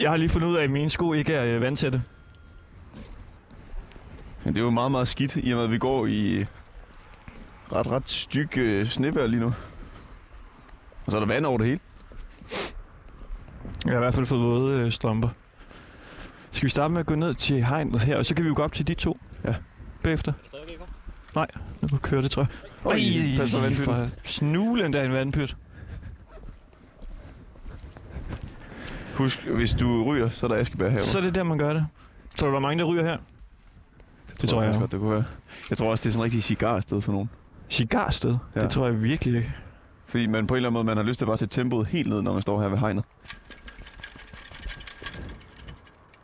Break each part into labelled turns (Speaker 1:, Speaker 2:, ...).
Speaker 1: jeg har lige fundet ud af, at mine sko ikke er øh, vandtætte.
Speaker 2: Men det er jo meget, meget skidt, i og med, at vi går i ret, ret styk øh, snevejr lige nu. Og så er der vand over det hele.
Speaker 1: Jeg har i hvert fald fået våde øh, strømper. Skal vi starte med at gå ned til hegnet her, og så kan vi jo gå op til de to.
Speaker 2: Ja.
Speaker 1: Bagefter. Nej, nu kan køre det, tror jeg.
Speaker 2: Oj, pas på vandpytten.
Speaker 1: for Snulen der er en vandpyt.
Speaker 2: Husk, hvis du ryger, så er der askebær herovre.
Speaker 1: Så er det der, man gør det. Så er der mange, der ryger her. Det tror jeg.
Speaker 2: faktisk godt, det kunne være. Jeg tror også, det er sådan en rigtig cigar i stedet for nogen.
Speaker 1: Cigarsted? Ja.
Speaker 2: Ja.
Speaker 1: Det tror jeg virkelig ikke.
Speaker 2: Fordi man på en eller anden måde, man har lyst til bare at sætte tempoet helt ned, når man står her ved hegnet.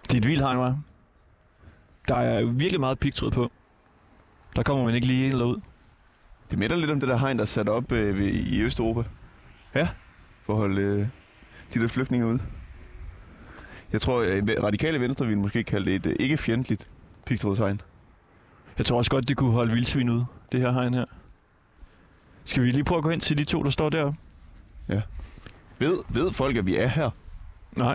Speaker 1: Det er et vildt hegn, hva'? Der er virkelig meget pigtråd på. Der kommer man ikke lige ind eller ud.
Speaker 2: Det minder lidt om det der hegn, der er sat op øh, ved, i Østeuropa.
Speaker 1: Ja.
Speaker 2: For at holde øh, de der flygtninge ude. Jeg tror, øh, radikale venstre ville måske kalde det et øh, ikke-fjendtligt pigtrådshegn.
Speaker 1: Jeg tror også godt, det kunne holde vildsvin ud, det her hegn her. Skal vi lige prøve at gå hen til de to, der står deroppe?
Speaker 2: Ved, ved folk, at vi er her?
Speaker 1: Nej.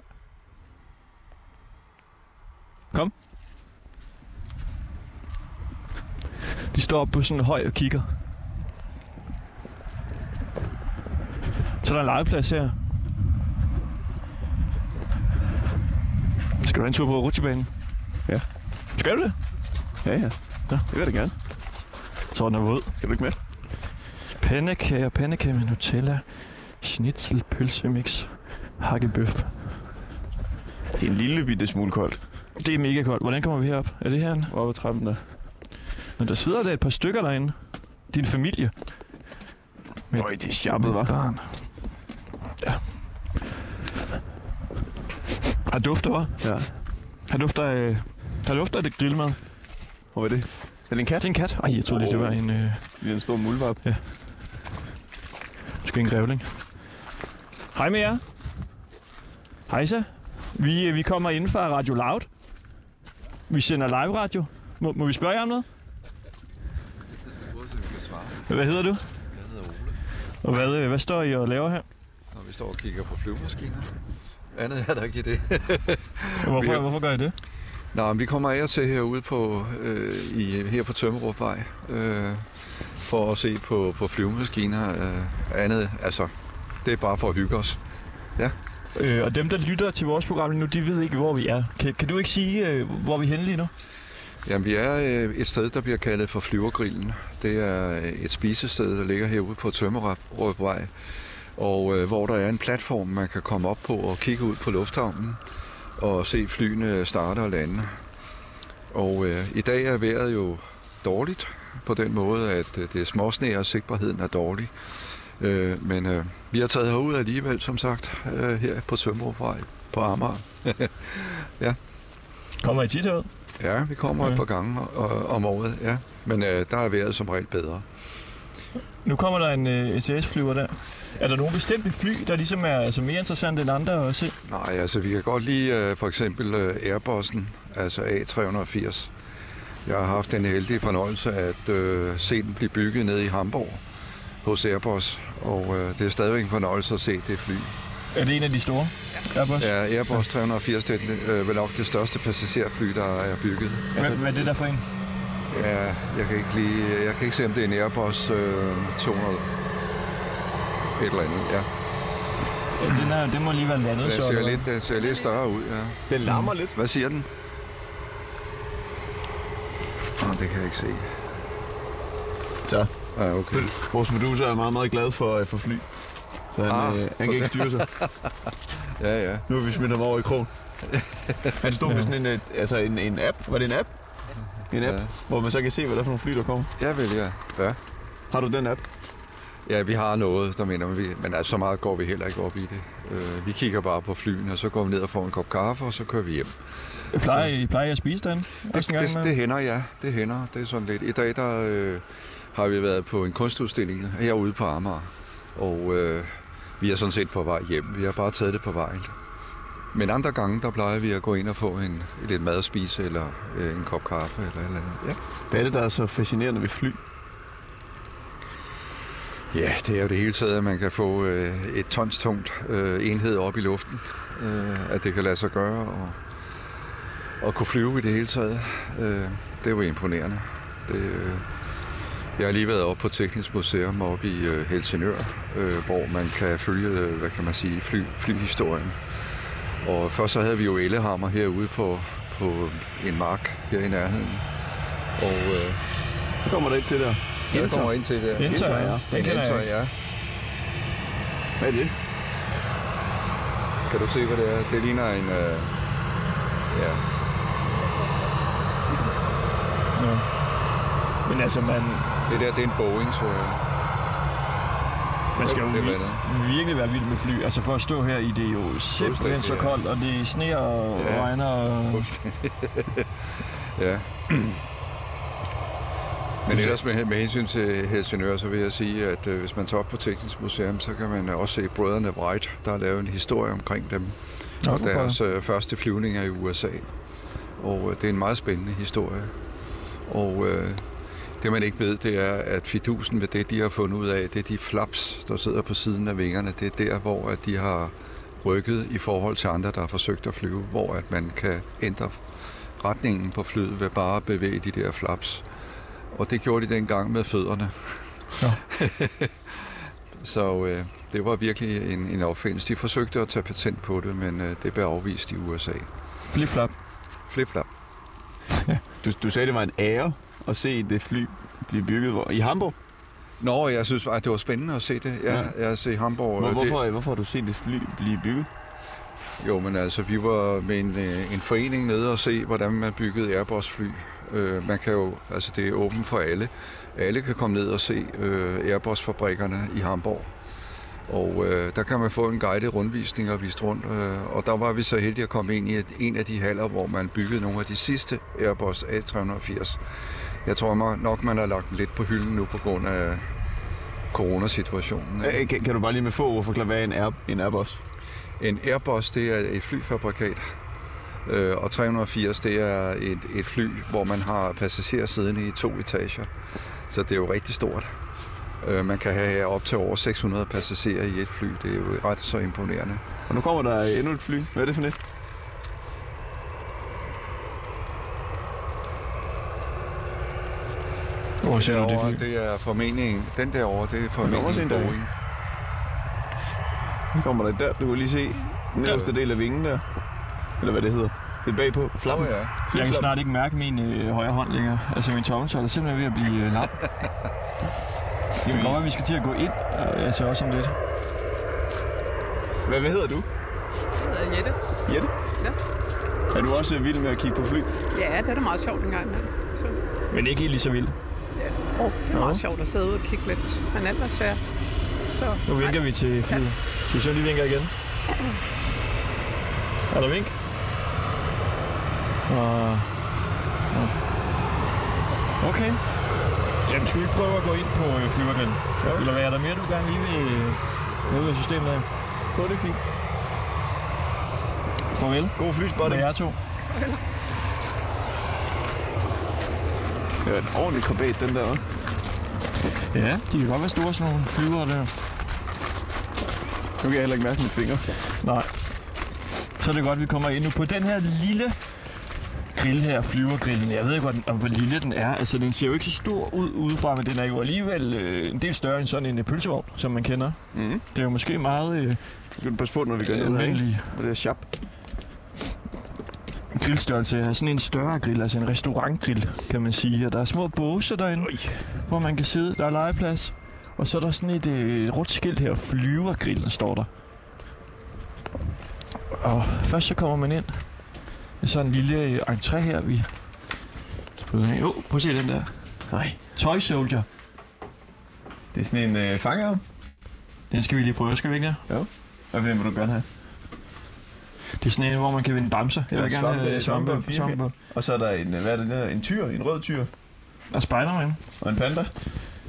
Speaker 1: Kom. De står oppe på sådan en høj og kigger. Så er der en legeplads her. Skal du have en tur på rutsjebanen?
Speaker 2: Ja.
Speaker 1: Skal du det?
Speaker 2: Ja, ja.
Speaker 1: Ja.
Speaker 2: Det vil jeg da gerne.
Speaker 1: Så er den er våd.
Speaker 2: Skal du ikke med?
Speaker 1: Pandekager, pandekager med Nutella, schnitzel, pølsemix, hakkebøf.
Speaker 2: Det er en lille bitte smule koldt.
Speaker 1: Det er mega koldt. Hvordan kommer vi herop? Er det herinde?
Speaker 2: Hvor ved trappen der?
Speaker 1: Men der sidder der et par stykker derinde. Din familie. Men-
Speaker 2: Nøj, det er sjappet, var.
Speaker 1: Barn. Ja. Har dufter, hva'?
Speaker 2: Ja.
Speaker 1: Har dufter, øh, har dufter af det grillmad.
Speaker 2: Hvor er det? Er det en
Speaker 1: Er
Speaker 2: kat?
Speaker 1: det en kat? Ej, jeg troede lige, det var en, øh,
Speaker 2: Det er en stor muldvarp.
Speaker 1: måske en grævling. Hej med jer. Hejsa. Vi, øh, vi kommer inden fra Radio Loud. Vi sender live radio. Må, må vi spørge jer om noget? Hvad hedder du?
Speaker 3: Jeg hedder Ole,
Speaker 1: Og hvad, øh, hvad står I og laver her?
Speaker 3: og vi står og kigger på flyvemaskiner. Andet er der ikke i det.
Speaker 1: Hvorfor,
Speaker 3: Vi-
Speaker 1: hvorfor gør I det?
Speaker 3: Nå, men vi kommer af og til herude på, øh, i, her på Tømmerupvej, øh, for at se på, på flyvemaskiner. Øh, andet, altså, det er bare for at hygge os.
Speaker 1: Øh, og dem, der lytter til vores program lige nu, de ved ikke, hvor vi er. Kan, kan du ikke sige, øh, hvor vi er henne lige nu?
Speaker 3: Jamen, vi er øh, et sted, der bliver kaldet for Flyvergrillen. Det er øh, et spisested, der ligger herude på Tømmerupvej, og øh, hvor der er en platform, man kan komme op på og kigge ud på lufthavnen og se flyene starte og lande. Og øh, i dag er vejret jo dårligt på den måde, at øh, det er småsne, og sigtbarheden er dårlig. Øh, men øh, vi har taget herud alligevel, som sagt, øh, her på Tømmerupvej på Amager.
Speaker 1: Kommer I tit herud?
Speaker 3: Ja, vi kommer
Speaker 1: Ja.
Speaker 3: et par gange øh, om året, ja. Men øh, der er vejret som regel bedre.
Speaker 1: Nu kommer der en øh, SAS-flyver der. Er der nogle bestemte fly, der ligesom er altså, mere interessante end andre at se?
Speaker 3: Nej, altså vi kan godt lide øh, for eksempel øh, Airbussen, altså A380. Jeg har haft den heldige fornøjelse at øh, se den blive bygget nede i Hamburg hos Airbus, og øh, det er stadigvæk en fornøjelse at se det fly.
Speaker 1: Er det en af de store? Ja. Airbus?
Speaker 3: Ja, Airbus 380 det er den, øh, vel nok det største passagerfly, der er bygget.
Speaker 1: Hvad, hvad er det der for en?
Speaker 3: Ja, jeg kan ikke, lige, jeg kan ikke se, om det er en Airbus øh, 200 et eller andet, ja.
Speaker 1: Ja, den, er, den må lige være landet,
Speaker 3: Den
Speaker 1: så...
Speaker 3: ser, lidt, den ser lidt større ud, ja.
Speaker 2: Den larmer lidt.
Speaker 3: Hvad siger den? Oh, det kan jeg ikke se.
Speaker 2: Så.
Speaker 3: Ja, okay.
Speaker 2: Vores producer er meget, meget glad for, øh, for fly. Så han,
Speaker 3: Ah.
Speaker 2: ah, øh, han kan ikke styre sig.
Speaker 3: Ja, ja.
Speaker 2: Nu har vi smidt ham over i krogen. Han stod med sådan en, øh, altså en, en app. Var det en app? En app,
Speaker 3: Ja.
Speaker 2: ja. hvor man så kan se, hvad der er for nogle fly, der kommer.
Speaker 3: Jeg vælger. Ja.
Speaker 2: Har du den app?
Speaker 3: ja, vi har noget, der minder om, vi- men altså, så meget går vi heller ikke op i det. Øh, vi kigger bare på flyene, og så går vi ned og får en kop kaffe, og så kører vi hjem.
Speaker 1: Plejer I, plejer I at spise den?
Speaker 3: Det, det, det hænder, ja. Det hænder. Det er sådan lidt. I dag der, øh, har vi været på en kunstudstilling herude på Amager. Og øh, vi er sådan set på vej hjem. Vi har bare taget det på vejen. Men andre gange, der plejer vi at gå ind og få en, lidt mad at spise, eller øh, en kop kaffe, eller et eller andet. Ja.
Speaker 2: Hvad er det, der er så fascinerende ved fly?
Speaker 3: Ja, det er jo det hele taget, at man kan få øh, et tons tungt øh, enhed op i luften. Øh, at det kan lade sig gøre og, og kunne flyve i det hele taget. Øh, det er jo imponerende. Det, øh, jeg har lige været oppe på Teknisk Museum oppe i øh, Helsingør, øh, hvor man kan følge, øh, hvad kan man sige, fly, flyhistorien. Og først så havde vi jo ellehammer herude på, på en mark her i nærheden. Og øh,
Speaker 2: Så kommer der ind til der.
Speaker 3: jeg
Speaker 1: Enter.
Speaker 3: kommer ind til det.
Speaker 1: Enter,
Speaker 2: Enter, ja.
Speaker 1: ja. Den
Speaker 3: En
Speaker 1: kender
Speaker 3: enter,
Speaker 1: jeg. ikke.
Speaker 3: ja.
Speaker 2: Hvad er det?
Speaker 3: Kan du se, hvad det er? Det ligner en... Øh... Ja.
Speaker 1: Nå. Men altså, man,
Speaker 3: Det der, det er en Boeing, tror jeg.
Speaker 1: man skal jo
Speaker 3: Det er
Speaker 1: vir- virkelig være vild med fly. Altså for at stå her i, det er jo simpelthen
Speaker 3: Fuldstændig,
Speaker 1: så
Speaker 3: ja.
Speaker 1: koldt, og det sneer og
Speaker 3: Ja.
Speaker 1: regner. Og...
Speaker 3: Fuldstændig. ja. Men ellers med, med hensyn til Helsingør, så vil jeg sige, at øh, hvis man tager op på Teknisk Museum, så kan man også se brødrene Wright, der har lavet en historie omkring dem.
Speaker 1: Nå,
Speaker 3: og
Speaker 1: for pokker.
Speaker 3: deres øh, første flyvninger i USA. Og øh, det er en meget spændende historie. Og øh, det man ikke ved, det er, at fidusen med det, de har fundet ud af, det er de flaps, der sidder på siden af vingerne. Det er der, hvor at de har rykket i forhold til andre, der har forsøgt at flyve, hvor at man kan ændre retningen på flyet ved bare at bevæge de der flaps. Og det gjorde de dengang med fødderne.
Speaker 1: Nå.
Speaker 3: Så øh, det var virkelig en, en opfindelse. De forsøgte at tage patent på det, men øh, det blev afvist i USA.
Speaker 1: Flip-flop.
Speaker 3: Flip-flap.
Speaker 2: Du, du sagde, det var en ære at se det fly blive bygget hvor- i Hamburg.
Speaker 3: Nå, jeg synes bare, det var spændende at se øh, det. Ja,
Speaker 2: Ja.
Speaker 3: ja. Jeg har set Hamburg.
Speaker 2: Hvor,
Speaker 3: og
Speaker 2: hvorfor, hvorfor har du set det fly blive bygget?
Speaker 3: Det, jo, men altså, vi var med en, øh, en forening nede og se, hvordan man byggede Airbus-fly. Øh, man kan jo, altså det er åbent for alle. Alle kan komme ned og se øh, Airbus-fabrikkerne i Hamburg. Og øh, der kan man få en guided rundvisning og vist rundt. Øh, og der var vi så heldige at komme ind i et, en af de haller, hvor man byggede nogle af de sidste Airbus A380. Jeg tror man- nok, man har lagt dem lidt på hylden nu på grund af coronasituationen.
Speaker 2: Øh, Kan, kan du bare lige med få ord forklare, hvad er en, Air, en Airbus?
Speaker 3: En Airbus, det er et flyfabrikat, øh, og 380, det er et, et fly, hvor man har passagerer siddende i to etager. Så det er jo rigtig stort. Øh, man kan have op til over 600 passagerer i et fly. Det er jo ret så imponerende.
Speaker 2: Og nu kommer der endnu et fly. Hvad er det for et?
Speaker 1: Hvor ser du det
Speaker 3: Derovre,
Speaker 1: fly?
Speaker 3: det er formentlig en- Den derovre, det er
Speaker 2: også
Speaker 3: formentlig
Speaker 2: en
Speaker 3: en
Speaker 2: derovre.
Speaker 3: Boeing.
Speaker 2: Nu kommer der der. Du kan lige se den øverste del af vingen der. Eller hvad det hedder. Det er bagpå. Flappen.
Speaker 3: Åh ja.
Speaker 1: Jeg kan
Speaker 2: Flip-flop.
Speaker 1: snart ikke mærke min øh, højre hånd længere. Altså min tommeltøj er simpelthen ved at blive øh, lam. Det kan godt være, at vi skal til at gå ind, øh, altså også om lidt.
Speaker 2: Hvad, hvad hedder du?
Speaker 4: Jeg hedder Jette.
Speaker 2: Jette?
Speaker 4: Ja.
Speaker 2: Er du også øh, vild med at kigge på fly?
Speaker 4: Ja, det er da meget sjovt en gang imellem. Så,
Speaker 1: Men ikke helt lige så vildt.
Speaker 4: ja. oh, det er meget sjovt at sidde ude og kigge lidt. Men ellers er så...
Speaker 1: Nu vinker vi til flyet. Skal vi se, om de vinker igen? Er der vink? Og... Nå. Okay. Jamen, skal vi ikke prøve at gå ind på øh, flyvergrillen? Eller hvad er der mere, du gerne lige vil øh, ud af systemet af?
Speaker 2: Jeg tror, det er fint.
Speaker 1: Farvel
Speaker 2: God
Speaker 1: med
Speaker 2: flyspotting.
Speaker 1: jer to.
Speaker 2: Det er en ordentlig krabat, den der, hva'?
Speaker 1: Ja, de kan godt være store, sådan nogle flyver der.
Speaker 2: Nu kan jeg heller ikke mærke mine fingre.
Speaker 1: Nej. Så er det godt, at vi kommer ind nu på den her lille grill her, flyvergrillen. Jeg ved ikke, hvor, den, om hvor lille den er. Altså, den ser jo ikke så stor ud udefra, men den er jo alligevel øh, en del større end sådan en øh, pølsevogn, som man kender.
Speaker 2: Mhm.
Speaker 1: Det er jo måske meget øh,
Speaker 2: Nu Skal du passe på, når vi går ned her, ikke?
Speaker 1: almindelig
Speaker 2: Og det er sharp.
Speaker 1: grillstørrelse. her. Sådan en større grill, altså en restaurantgrill, kan man sige. Og der er små båse derinde,
Speaker 2: Ui.
Speaker 1: hvor man kan sidde. Der er legeplads. Og så er der sådan et, øh, et rødt skilt her, flyvergrillen står der. Og først så kommer man ind. Det er sådan en lille øh, entré her, vi... Jo, oh, prøv at se den der.
Speaker 2: Nej.
Speaker 1: Toy Soldier.
Speaker 2: Det er sådan en øh, fangarm.
Speaker 1: Den skal vi lige prøve, skal vi ikke det?
Speaker 2: Hvad for en vil du gerne have?
Speaker 1: Det er sådan en, hvor man kan vinde bamser. Jeg
Speaker 2: Der er
Speaker 1: vil gerne
Speaker 2: svampe-
Speaker 1: have
Speaker 2: svampe og
Speaker 1: svampe,
Speaker 2: firkant.
Speaker 1: svampe.
Speaker 2: Og så er der en, øh, hvad er det der? En tyr, en rød tyr
Speaker 1: Og Spider-Man.
Speaker 2: og en panda.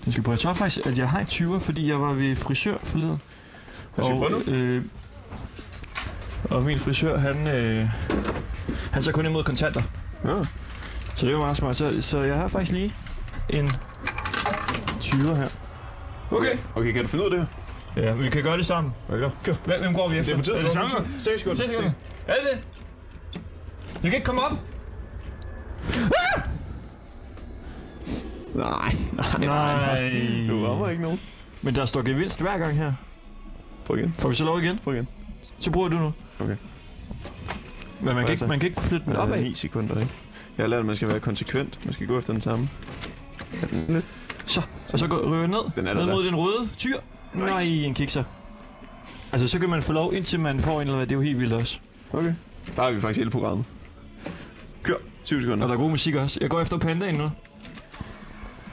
Speaker 1: Den skal prøve. Jeg tror faktisk, at jeg har en 20'er, fordi jeg var ved frisør forleden.
Speaker 2: Hvad skal vi prøve
Speaker 1: øh, og min frisør, han, øh, han tager kun imod kontanter.
Speaker 2: Ja.
Speaker 1: Så det var meget smart. Så, så jeg har faktisk lige en 20'er her. Okay.
Speaker 2: Okay, kan du finde ud af det her?
Speaker 1: Ja, vi kan gøre det sammen.
Speaker 2: Er det klar? Kør.
Speaker 1: Hvem, hvem går vi
Speaker 2: Det
Speaker 1: efter?
Speaker 2: er på tide.
Speaker 1: Er det samme?
Speaker 2: Seks sekunder.
Speaker 1: Se,
Speaker 2: Seks.
Speaker 1: Er det det? Jeg kan ikke komme op.
Speaker 2: Nej, nej, Du rammer ikke nogen.
Speaker 1: Men der står gevinst hver gang her.
Speaker 2: Prøv igen.
Speaker 1: Får vi så lov igen?
Speaker 2: Prøv igen.
Speaker 1: Så bruger du nu.
Speaker 2: Okay.
Speaker 1: Men man kan,
Speaker 2: Altså.
Speaker 1: ikke, man kan ikke flytte den
Speaker 2: Men
Speaker 1: opad.
Speaker 2: opad. 9 sekunder, ikke? Jeg har lært, at man skal være konsekvent. Man skal gå efter den samme. Er den lidt?
Speaker 1: Så, og så går, ryger ned.
Speaker 2: Den er der
Speaker 1: ned
Speaker 2: da.
Speaker 1: mod den røde tyr. Nej, en kikser. Altså, så kan man få lov, indtil man får en eller hvad. Det er jo helt vildt også.
Speaker 2: Okay. Der er vi faktisk hele programmet. Kør. 7 sekunder.
Speaker 1: Og der er god musik også. Jeg går efter pandaen nu.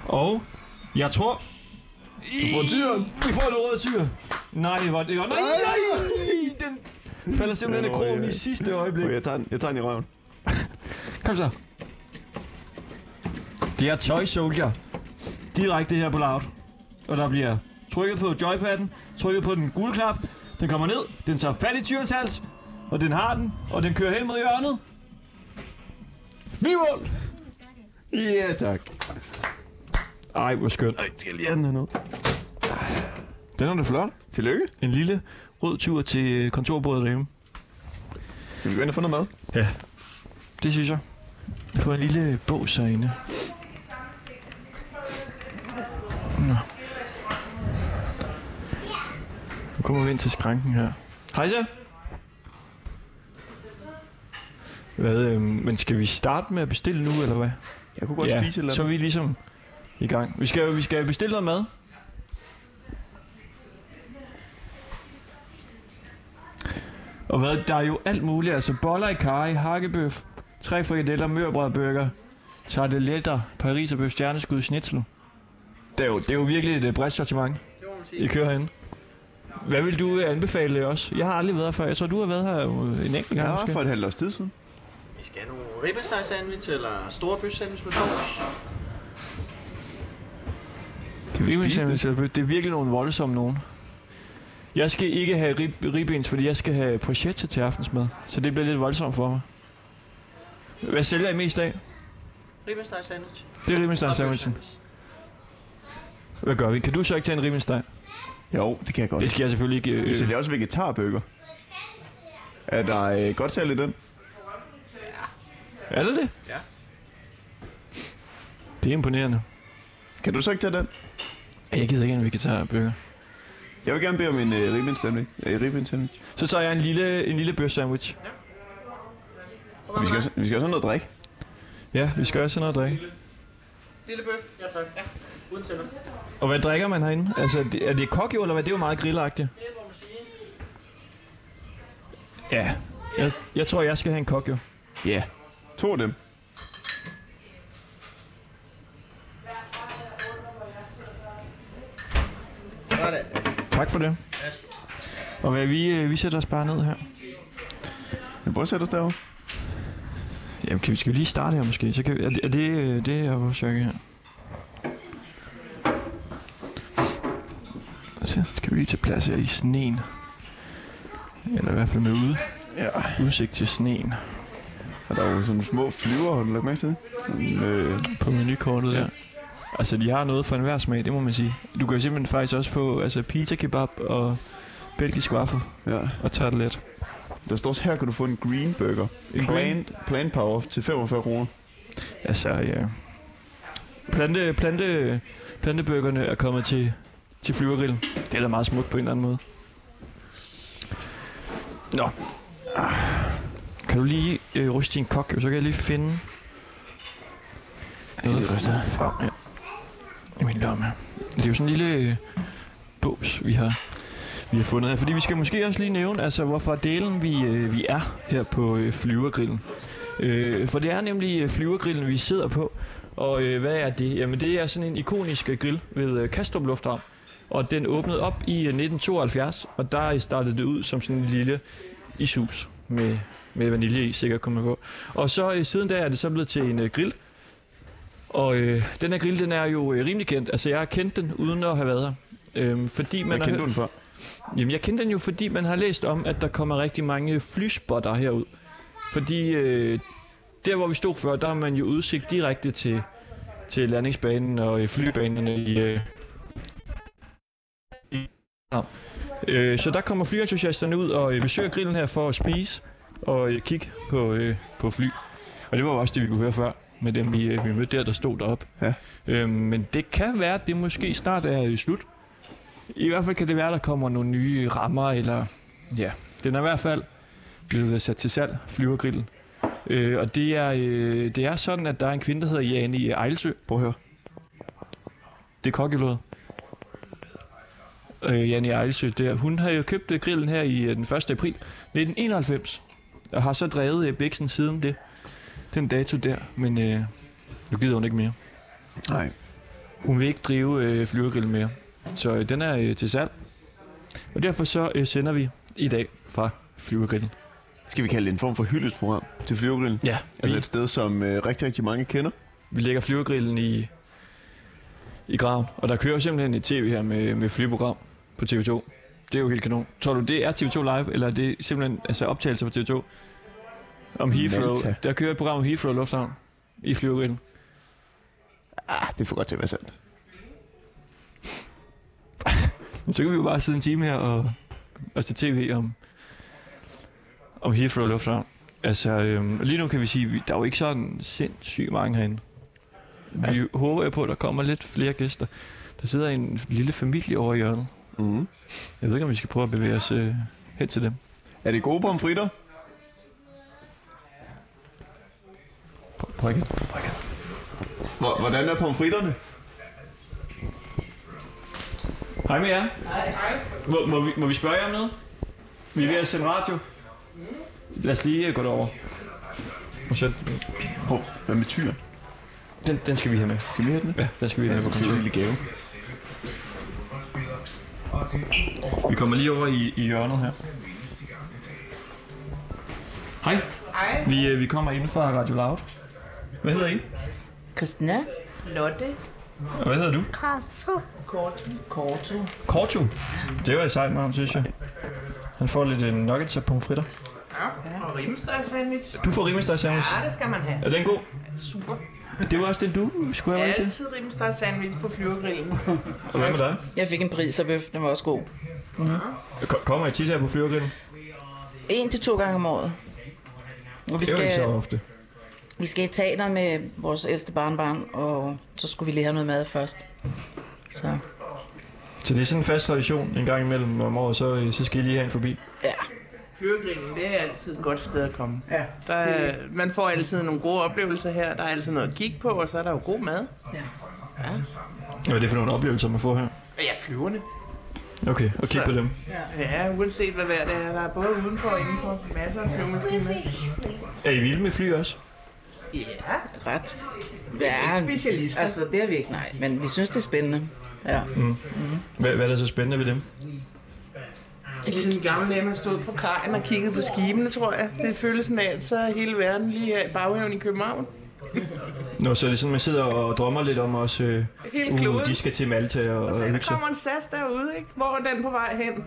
Speaker 1: Og jeg tror...
Speaker 2: Du får tyren.
Speaker 1: Vi får en rød tyr. Nej, hvor det var... Nej, nej! Den falder simpelthen af
Speaker 2: Den røg,
Speaker 1: krogen
Speaker 2: ja.
Speaker 1: i sidste øjeblik.
Speaker 2: Okay, jeg tager den, jeg tager den i røven.
Speaker 1: Kom så. Det er Toy Soldier. Direkte her på Loud. Og der bliver trykket på joypadden, trykket på den gule knap. Den kommer ned, den tager fat i tyrens hals, og den har den, og den kører hen mod hjørnet. Vi er i mål!
Speaker 2: Ja, tak.
Speaker 1: Ej, hvor skønt.
Speaker 2: Ej, skal jeg lige have den hernede.
Speaker 1: Den er da flot.
Speaker 2: Tillykke.
Speaker 1: En lille rød tur til øh, kontorbordet derhjemme.
Speaker 2: Skal vi gå ind og få noget mad?
Speaker 1: Ja. Det synes jeg. Jeg får en lille bås herinde. Nå. Nu kommer vi ind til skranken her. Hej så. Hvad, øh, men skal vi starte med at bestille nu, eller hvad?
Speaker 2: Jeg kunne godt spise et eller
Speaker 1: så er vi ligesom i gang. Vi skal, vi skal bestille noget mad. Og hvad, der er jo alt muligt, altså boller i kaj, hakkebøf, tre frikadeller, mørbrødburger, tarteletter, pariserbøf, stjerneskud, schnitzel. Det er jo, det er jo virkelig et øh, bredt sortiment, I kører herinde. Hvad vil du øh, anbefale os? Jeg har aldrig været her før. Jeg tror, du har været her øh, en enkelt
Speaker 2: Jeg
Speaker 1: gang.
Speaker 2: var
Speaker 1: måske.
Speaker 2: for et halvt års tid siden.
Speaker 5: Vi skal have nogle ribbesteg sandwich eller storbys sandwich med sovs.
Speaker 2: Kan
Speaker 1: Det er jo en
Speaker 2: det?
Speaker 1: sandwich. Det er virkelig nogle voldsomme nogen. Jeg skal ikke have rib, ribbens, fordi jeg skal have prosciutto til aftensmad. Så det bliver lidt voldsomt for mig. Hvad sælger I mest af?
Speaker 5: Ribbesteg sandwich.
Speaker 1: Det er ribbensteg
Speaker 5: Og
Speaker 1: sandwichen.
Speaker 5: bøfsandwich.
Speaker 1: Hvad gør vi? Kan du så ikke tage en ribbensteg?
Speaker 2: Jo, det kan jeg godt.
Speaker 1: Det skal jeg selvfølgelig ikke.
Speaker 2: I
Speaker 1: Øh,
Speaker 2: sælger også vegetarbøger. Er der øh, godt salg i den?
Speaker 1: er det det?
Speaker 5: Ja.
Speaker 1: Det er imponerende.
Speaker 2: Kan du så ikke tage den?
Speaker 1: Ej, Jeg gider ikke have en vegetarbøger.
Speaker 2: Jeg vil gerne bede om en øh, ribben sandwich. Øh, ribben sandwich.
Speaker 1: Så tager jeg en lille, en lille bøf sandwich.
Speaker 5: Og hvad
Speaker 2: Vi
Speaker 5: med
Speaker 2: skal,
Speaker 5: dig?
Speaker 2: også- vi skal også have noget drik.
Speaker 1: Ja, vi skal også have noget at drikke.
Speaker 5: Lille bøf. Ja tak. Ja. Uden tænder.
Speaker 1: Og hvad drikker man herinde? Altså, er det- er det kokjo, eller hvad? Det er jo meget grillagtigt.
Speaker 5: Det må man sige.
Speaker 1: Ja. Jeg, jeg tror, jeg skal have en kokjo.
Speaker 2: Ja. Yeah. To af dem.
Speaker 5: Sådan.
Speaker 1: Tak for det. Og hvad, vi, øh, vi sætter os bare ned her.
Speaker 2: Jeg prøver at sætte os derovre.
Speaker 1: Jamen, kan vi, skal vi lige starte her måske? Så kan vi, er, det- er det, øh, det er vores jakke her? Så skal vi lige tage plads her i sneen. Eller i hvert fald med ude.
Speaker 2: Ja.
Speaker 1: udsigt til sneen
Speaker 2: Og der er jo sådan små flyver, har du lagt mærke til det? Sådan, øh,
Speaker 1: på menukortet der. Altså, de har noget for enhver smag, det må man sige. Du kan jo simpelthen faktisk også få altså, pizza kebab og belgisk waffle
Speaker 2: ja.
Speaker 1: og tartelet.
Speaker 2: Der står også, her kan du få en green burger. En
Speaker 1: green-
Speaker 2: plant, plant power til 45 kroner.
Speaker 1: Altså, ja. Plante, plante, plantebøgerne er kommet til, til flyvergrillen. Det er da meget smukt på en eller anden måde. Nå. Ah. Kan du lige øh, ryste din kok, så kan jeg lige finde noget frem her. I min lomme. Det er jo sådan en lille øh, bås, vi har, vi har fundet her. Fordi vi skal måske også lige nævne, altså, hvorfor delen vi, øh, vi er her på øh, flyvergrillen. Øh, for det er nemlig øh, flyvergrillen, vi sidder på. Og øh, hvad er det? Jamen det er sådan en ikonisk øh, grill ved øh, Kastrup Lufthavn. Og den åbnede op i øh, 1972, og der øh, startede det ud som sådan en lille ishus med, med vanilje i, sikkert kunne man få. Og så øh, siden da er det så blevet til en øh, grill. Og øh, den her grill, den er jo øh, rimelig kendt. Altså jeg har kendt den uden at have været her. Øhm, fordi man
Speaker 2: Hvad
Speaker 1: har hørt-
Speaker 2: kendte du den for?
Speaker 1: Jamen, jeg kendte den jo, fordi man har læst om, at der kommer rigtig mange flyspotter herud. Fordi øh, der, hvor vi stod før, der har man jo udsigt direkte til, til landingsbanen og øh, flybanerne i, øh, Øh, så der kommer flyentusiasterne ud og øh, besøger grillen her for at spise og øh, kigge på, øh, på fly. Og det var jo også det, vi kunne høre før med dem, vi, øh, vi mødte der, der stod deroppe.
Speaker 2: Ja.
Speaker 1: Øh, men det kan være, at det måske snart er øh, slut. I hvert fald kan det være, at der kommer nogle nye rammer, eller ja, den er i hvert fald blevet sat til salg, flyvergrillen. Øh, og det er, øh, det er sådan, at der er en kvinde, der hedder Jane Ejlsø,
Speaker 2: Prøv at høre.
Speaker 1: det er kokkelod. Øh, Janne Ejlsø der. Hun har jo købt øh, grillen her i øh, den 1. april 1991, og har så drevet øh, Bliksen siden det. Den dato der, men øh, nu gider hun ikke mere.
Speaker 2: Nej.
Speaker 1: Hun vil ikke drive øh, flyvergrillen mere, så øh, den er øh, til salg. Og derfor så øh, sender vi i dag fra flyvergrillen.
Speaker 2: Skal vi kalde det en form for hyldesprogram til flyvergrillen?
Speaker 1: Ja, vi,
Speaker 2: Altså et sted, som øh, rigtig, rigtig mange kender.
Speaker 1: vi lægger flyvergrillen i, i graven, og der kører simpelthen et tv her med, med flyprogram på TV2. Det er jo helt kanon. Tror du, det er TV2 Live, eller er det simpelthen altså optagelser på TV2? Om Heathrow.
Speaker 2: Malta.
Speaker 1: Der kører et program om Heathrow Lufthavn i flyvergrillen.
Speaker 2: Ah, det får godt til at være sandt.
Speaker 1: Så kan vi jo bare sidde en time her og, og se tv om, om Heathrow Lufthavn. Altså, øhm, lige nu kan vi sige, at der er jo ikke sådan sindssygt mange herinde. Vi
Speaker 2: Altså-
Speaker 1: håber jo på, at der kommer lidt flere gæster. Der sidder en lille familie over i hjørnet.
Speaker 2: Mm.
Speaker 1: Jeg ved ikke, om vi skal prøve at bevæge os øh, hen til dem.
Speaker 2: Er det gode pomfritter?
Speaker 1: Prøv, prøv igen.
Speaker 2: Hvor- Hvordan er pomfritterne?
Speaker 1: Hej med jer. Hej. Må, må, vi, må vi spørge jer om noget? Vi er ved at sende radio. Lad os lige øh, gå derover. Og så,
Speaker 2: Hov, hvad med tyren?
Speaker 1: den, den skal vi have med.
Speaker 2: Skal vi have den?
Speaker 1: Ja, den skal vi
Speaker 2: Ja,
Speaker 1: have
Speaker 2: så
Speaker 1: med på
Speaker 2: køber vi en
Speaker 1: kontoret.
Speaker 2: lille gave.
Speaker 1: Vi kommer lige over i, i hjørnet her. Hej. Hej. Vi, øh, vi kommer ind fra Radio Loud. Hvad hedder I?
Speaker 6: Christina? Lotte?
Speaker 1: Og hvad hedder du? Korto. Det var et sejt navn, synes jeg. Han får lidt øh, nuggets og pomfritter.
Speaker 4: Og rimmesteg sandwich.
Speaker 1: Du får rimelig sandwich.
Speaker 4: Ja, det skal man have.
Speaker 1: Er den god?
Speaker 4: Super.
Speaker 1: Det var også den, du skulle have, var det ikke det?
Speaker 4: Altid rimmesteg sandwich på flyvergrillen.
Speaker 1: Og hvad med dig?
Speaker 6: Jeg fik en pris og bøf, den var også god.
Speaker 1: Ko- Kommer I tit her på flyvergrillen?
Speaker 6: En til to gange om året. Og vi
Speaker 1: Det er jo ikke så
Speaker 6: skal,
Speaker 1: ofte.
Speaker 6: vi skal i teater med vores ældste barnbarn, og så skulle vi lige have noget mad først. Så
Speaker 1: Så det er sådan en fast tradition en gang imellem om året, så, øh, så skal I lige have en forbi.
Speaker 6: ja,
Speaker 4: Flyvergrillen, det er altid et godt sted at komme.
Speaker 6: Ja,
Speaker 4: Der er, man får altid nogle gode oplevelser her. Der er altid noget at kigge på, og så er der jo god mad.
Speaker 1: Hvad er det for nogle oplevelser, man får her?
Speaker 4: Og ja, flyverne.
Speaker 1: Okay, og kig
Speaker 4: Så-
Speaker 1: på dem.
Speaker 4: Ja, uanset hvad vejr det er. Der er både udenfor og indenfor masser af flyvemaskiner.
Speaker 1: Er I vilde med fly også?
Speaker 4: Ja,
Speaker 6: ret. Ja,
Speaker 4: specialister.
Speaker 6: altså det er vi ikke, nej. Men vi synes, det er spændende. Ja.
Speaker 1: Hvad, hvad er der så spændende ved dem?
Speaker 4: I den gamle dage, man stod på kajen og kiggede på skibene, tror jeg. Det er følelsen af, at så er hele verden lige her i baghaven i København.
Speaker 1: Nå, så er det sådan, man sidder og drømmer lidt om også, øh,
Speaker 4: Hele
Speaker 1: uh,
Speaker 4: kloden.
Speaker 1: de skal til Malta og,
Speaker 4: Så
Speaker 1: og
Speaker 4: der
Speaker 1: hygge sig.
Speaker 4: kommer en sas derude, ikke? Hvor er den på vej hen?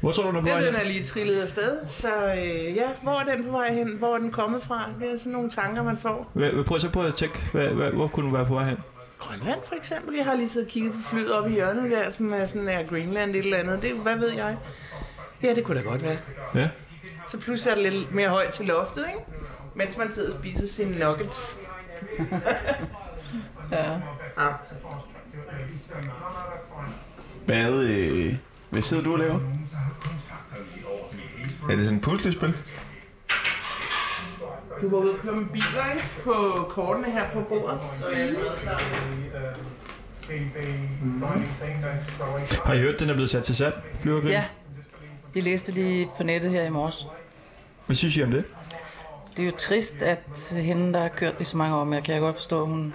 Speaker 1: Hvor tror du, den er på
Speaker 4: Den,
Speaker 1: vej
Speaker 4: den
Speaker 1: hen?
Speaker 4: er lige trillet afsted. Så øh, ja, hvor er den på vej hen? Hvor er den kommet fra? Det er sådan nogle tanker, man får.
Speaker 1: Hvad- hvad- Prøv så prøv at tænke, hvad, hvad, hvor kunne den være på vej hen?
Speaker 4: Grønland for eksempel. Jeg har lige siddet og kigget på flyet oppe i hjørnet der, som er sådan er Greenland et eller andet. Det, hvad ved jeg? Ja, det kunne da godt være.
Speaker 1: Ja.
Speaker 4: Så pludselig er det lidt mere højt til loftet, ikke? Mens man sidder og spiser sine nuggets.
Speaker 6: ja.
Speaker 2: Hvad, øh, hvad sidder du og laver? Er det sådan et puslespil?
Speaker 4: Du var ude og køre med biler, ikke? På kortene her på bordet.
Speaker 1: Har I hørt, den er blevet sat til salg? Flyvergrillen?
Speaker 6: ja. Vi læste lige på nettet her i morges.
Speaker 1: Hvad synes I om det?
Speaker 6: Det er jo trist, at hende, der har kørt det så mange år, men jeg kan godt forstå, at hun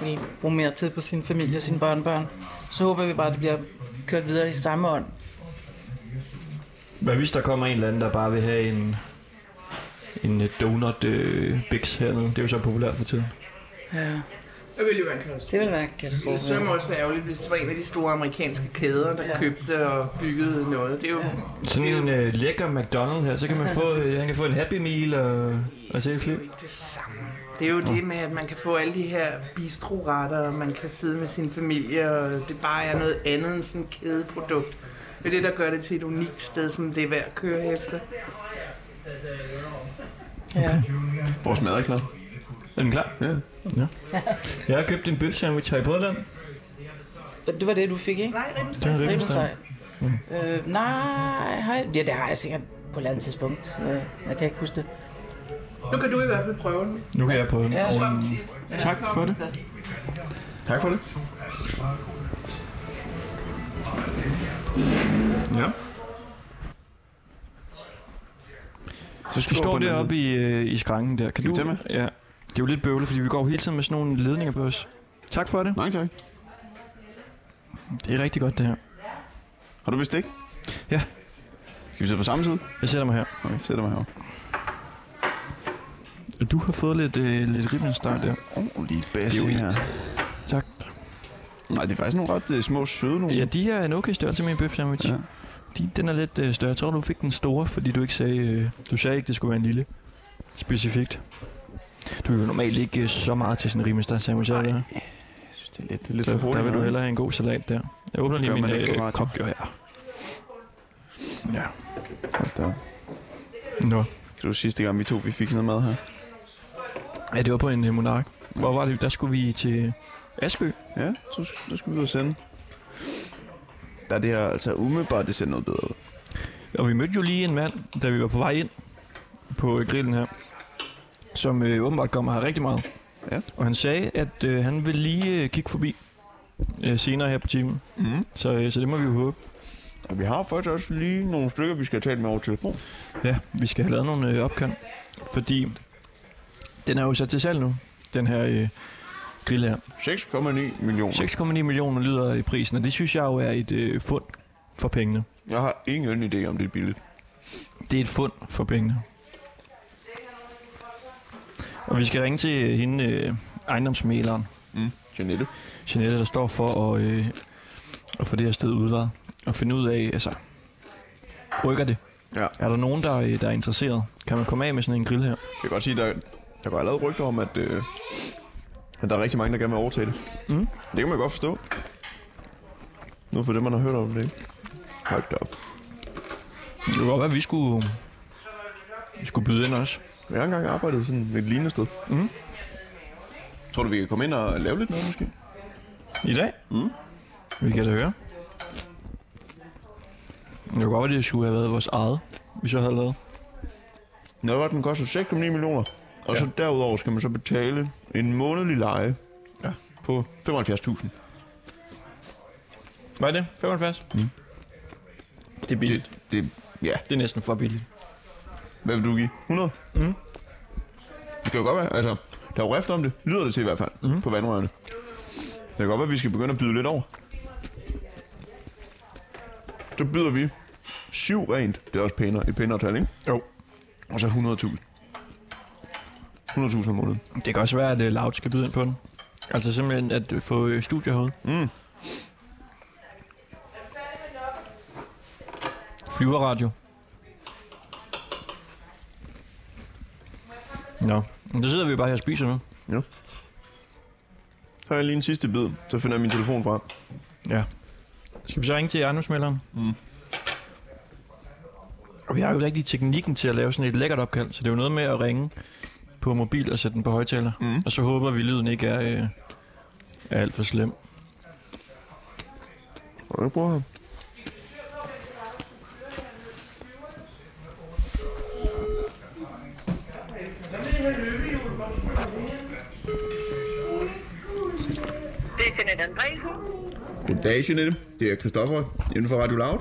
Speaker 6: vil bruge mere tid på sin familie og sine børnebørn. Så håber vi bare, at det bliver kørt videre i samme ånd.
Speaker 1: Hvad hvis der kommer en eller anden, der bare vil have en, en øh, donut øh, bix hernede? Det er jo så populært for tiden.
Speaker 6: Ja,
Speaker 4: Det ville jo være en katastrofe.
Speaker 6: det vil være en
Speaker 4: Det
Speaker 6: katastrofe.
Speaker 4: ville også være ærgerligt, hvis det var en af de store amerikanske kæder, der
Speaker 6: Ja.
Speaker 4: købte og byggede noget. Det er jo...
Speaker 1: Sådan en øh, lækker McDonald's her, så kan man få, øh, han kan få en Happy Meal og, og se et fly.
Speaker 4: ikke det samme. Det er jo det med, at man kan få alle de her bistroretter, og man kan sidde med sin familie, og det bare er noget andet end sådan et kædeprodukt. Det er det, der gør det til et unikt sted, som det er værd at køre efter.
Speaker 6: Ja.
Speaker 2: Vores mad er klar.
Speaker 1: Er den klar?
Speaker 2: Ja.
Speaker 1: Jeg har købt en bøf sandwich. Har I prøvet den?
Speaker 6: Det var det, du fik, ikke?
Speaker 4: Nej, Ribbens.
Speaker 1: Den er
Speaker 6: Ribbensteg. Øh, nej, har jeg- ja, det har jeg sikkert på et eller andet tidspunkt. Øh, jeg kan ikke huske det.
Speaker 4: Nu kan du i hvert fald prøve den.
Speaker 1: Nu kan jeg prøve den.
Speaker 6: Ja.
Speaker 1: Øhm, tak for det.
Speaker 2: Tak for det.
Speaker 1: Ja.
Speaker 2: Så
Speaker 1: De
Speaker 2: skal
Speaker 1: står deroppe i, øh, i skranken der. Kan
Speaker 2: Skal vi
Speaker 1: du
Speaker 2: tage med?
Speaker 1: Ja. Det er jo lidt bøvlet, fordi vi går jo hele tiden med sådan nogle ledninger på os. Tak for det.
Speaker 2: Nej, tak.
Speaker 1: Det er rigtig godt, det her.
Speaker 2: Har du vist ikke?
Speaker 1: Ja.
Speaker 2: Skal vi sidde på samme side?
Speaker 1: Jeg sætter mig her.
Speaker 2: Okay, sætter mig herovre.
Speaker 1: Og Du har fået lidt, øh, lidt ribbensteg der.
Speaker 2: Ordentlig oh, bass
Speaker 1: Det er jo-
Speaker 2: her.
Speaker 1: Tak.
Speaker 2: Nej, det er faktisk nogle ret øh, små søde nogle.
Speaker 1: Ja, de er en okay størrelse med en bøf sandwich.
Speaker 2: Ja.
Speaker 1: Ja. De, den er lidt øh, større. Jeg tror, du fik den store, fordi du ikke sagde, øh, du sagde ikke, det skulle være en lille. Specifikt. Du er jo normalt ikke øh, så meget til sådan en rimestad sandwich. Nej, der,
Speaker 2: Jeg synes, det er lidt, det er lidt for
Speaker 1: der,
Speaker 2: hurtigt.
Speaker 1: der vil du
Speaker 2: noget.
Speaker 1: hellere have en god salat der. Jeg åbner lige
Speaker 2: Gør
Speaker 1: min
Speaker 2: man ikke på
Speaker 1: øh,
Speaker 2: radio.
Speaker 1: kop jo her.
Speaker 2: Ja. Hold da. op.
Speaker 1: Nå.
Speaker 2: Kan du huske sidste gang, vi to vi fik sådan noget mad her?
Speaker 1: Ja, det var på en øh, monark. Hvor var det? Der skulle vi til Askø.
Speaker 2: Ja, så, sk- så skal vi ud og sende. Der er det her, altså umiddelbart, det ser noget bedre ud.
Speaker 1: Og vi mødte jo lige en mand, da vi var på vej ind på øh, grillen her, som øh, åbenbart kommer her rigtig meget.
Speaker 2: Ja.
Speaker 1: Og han sagde, at øh, han vil lige øh, kigge forbi øh, senere her på timen.
Speaker 2: Mm.
Speaker 1: Så, øh, så det må vi jo håbe.
Speaker 2: Og vi har faktisk også lige nogle stykker, vi skal tale med over telefon.
Speaker 1: Ja, vi skal have lavet nogle øh, opkald, fordi den er jo sat til salg nu, den her øh, grill her.
Speaker 2: 6,9 millioner.
Speaker 1: 6,9 millioner lyder i prisen, og det synes jeg jo er et øh, fund for pengene.
Speaker 2: Jeg har ingen idé om, det er billigt.
Speaker 1: Det er et fund for pengene. Og vi skal ringe til øh, hende, øh, ejendomsmaleren,
Speaker 2: Mm. Jeanette.
Speaker 1: Jeanette, der står for at, øh, at få det her sted udlejet. Og finde ud af, altså, rykker det?
Speaker 2: Ja.
Speaker 1: Er der nogen, der, øh, der er interesseret? Kan man komme af med sådan en grill her?
Speaker 2: Jeg kan godt sige, der, der går allerede rygter om, at, øh, at der er rigtig mange, der gerne vil overtage det.
Speaker 1: Mm.
Speaker 2: Det kan man godt forstå. Nu for det, man har hørt om det, ikke? Hold da op.
Speaker 1: Det kunne godt være, at vi skulle, vi skulle byde ind også.
Speaker 2: Jeg har engang arbejdet sådan et lignende sted.
Speaker 1: Mm.
Speaker 2: Tror du, vi kan komme ind og lave lidt noget, måske?
Speaker 1: I dag?
Speaker 2: Mm.
Speaker 1: Vi kan da høre. Det kunne godt være, at det skulle have været vores eget, vi så havde lavet.
Speaker 2: Nå, hvad den koster 6,9 millioner. Og ja. så derudover skal man så betale en månedlig leje
Speaker 1: Ja.
Speaker 2: på 75.000.
Speaker 1: Var det? 75? Mm. Det er billigt.
Speaker 2: Det, det, ja,
Speaker 1: Det er næsten for billigt.
Speaker 2: hvad vil du give? 100? Mm.
Speaker 1: Mhm.
Speaker 2: Det kan jo godt være, altså, der er jo rift om det, lyder det til i hvert fald,
Speaker 1: Mhm.
Speaker 2: mm. på vandrørene. Det kan godt være, at vi skal begynde at byde lidt over. Så byder vi 7 rent, det er også pænere, et pænere tal, ikke?
Speaker 1: Jo.
Speaker 2: Og så 100.000. 100.000 om måneden.
Speaker 1: Det kan også være, at øh, Loud skal byde ind på den. Altså simpelthen at øh, få øh, studiehovedet.
Speaker 2: Mm.
Speaker 1: Flyverradio. Nå, men så sidder vi jo bare her og spiser nu.
Speaker 2: Så har jeg lige en sidste bid, så finder jeg min telefon frem.
Speaker 1: Ja. Skal vi så ringe til ejendomsmelderen? Mm. Og vi har jo rigtig teknikken til at lave sådan et lækkert opkald, så det er jo noget med at ringe på mobil og sætte den på højtaler.
Speaker 2: Mm.
Speaker 1: Og så håber vi, at lyden ikke er, øh, er alt for slem.
Speaker 2: Og jeg bruger ham.
Speaker 7: Det er Jeanette Andresen.
Speaker 2: Goddag, Jeanette. Det er Christoffer inden for Radio Loud.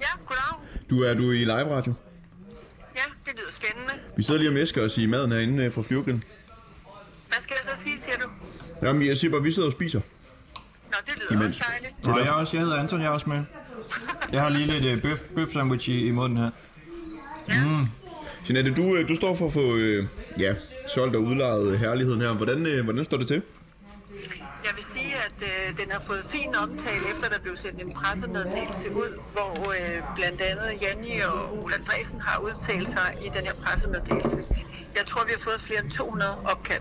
Speaker 7: Ja, goddag.
Speaker 2: Du er du er i live radio.
Speaker 7: Ja, det lyder spændende.
Speaker 2: Vi sidder lige og mesker os i maden herinde øh, fra flyvegrinden.
Speaker 7: Hvad skal jeg så sige, siger du?
Speaker 2: Jamen, jeg siger bare, vi sidder og spiser.
Speaker 7: Nå, det lyder
Speaker 2: Imens.
Speaker 7: også dejligt.
Speaker 1: Og jeg, er også, jeg hedder Anton, jeg er også med. Jeg har lige lidt øh, bøf, bøf sandwich i, i munden her.
Speaker 2: Jeanette, du, øh, du står for at få øh, ja, solgt og udlejet øh, herligheden her. Hvordan, øh, hvordan står det til?
Speaker 7: Jeg vil sige, at øh, den har fået fin omtale, efter der blev sendt en pressemeddelelse ud, hvor øh, blandt andet Janni og Ole Andresen har udtalt sig i den her pressemeddelelse. Jeg tror, vi har fået flere end 200 opkald.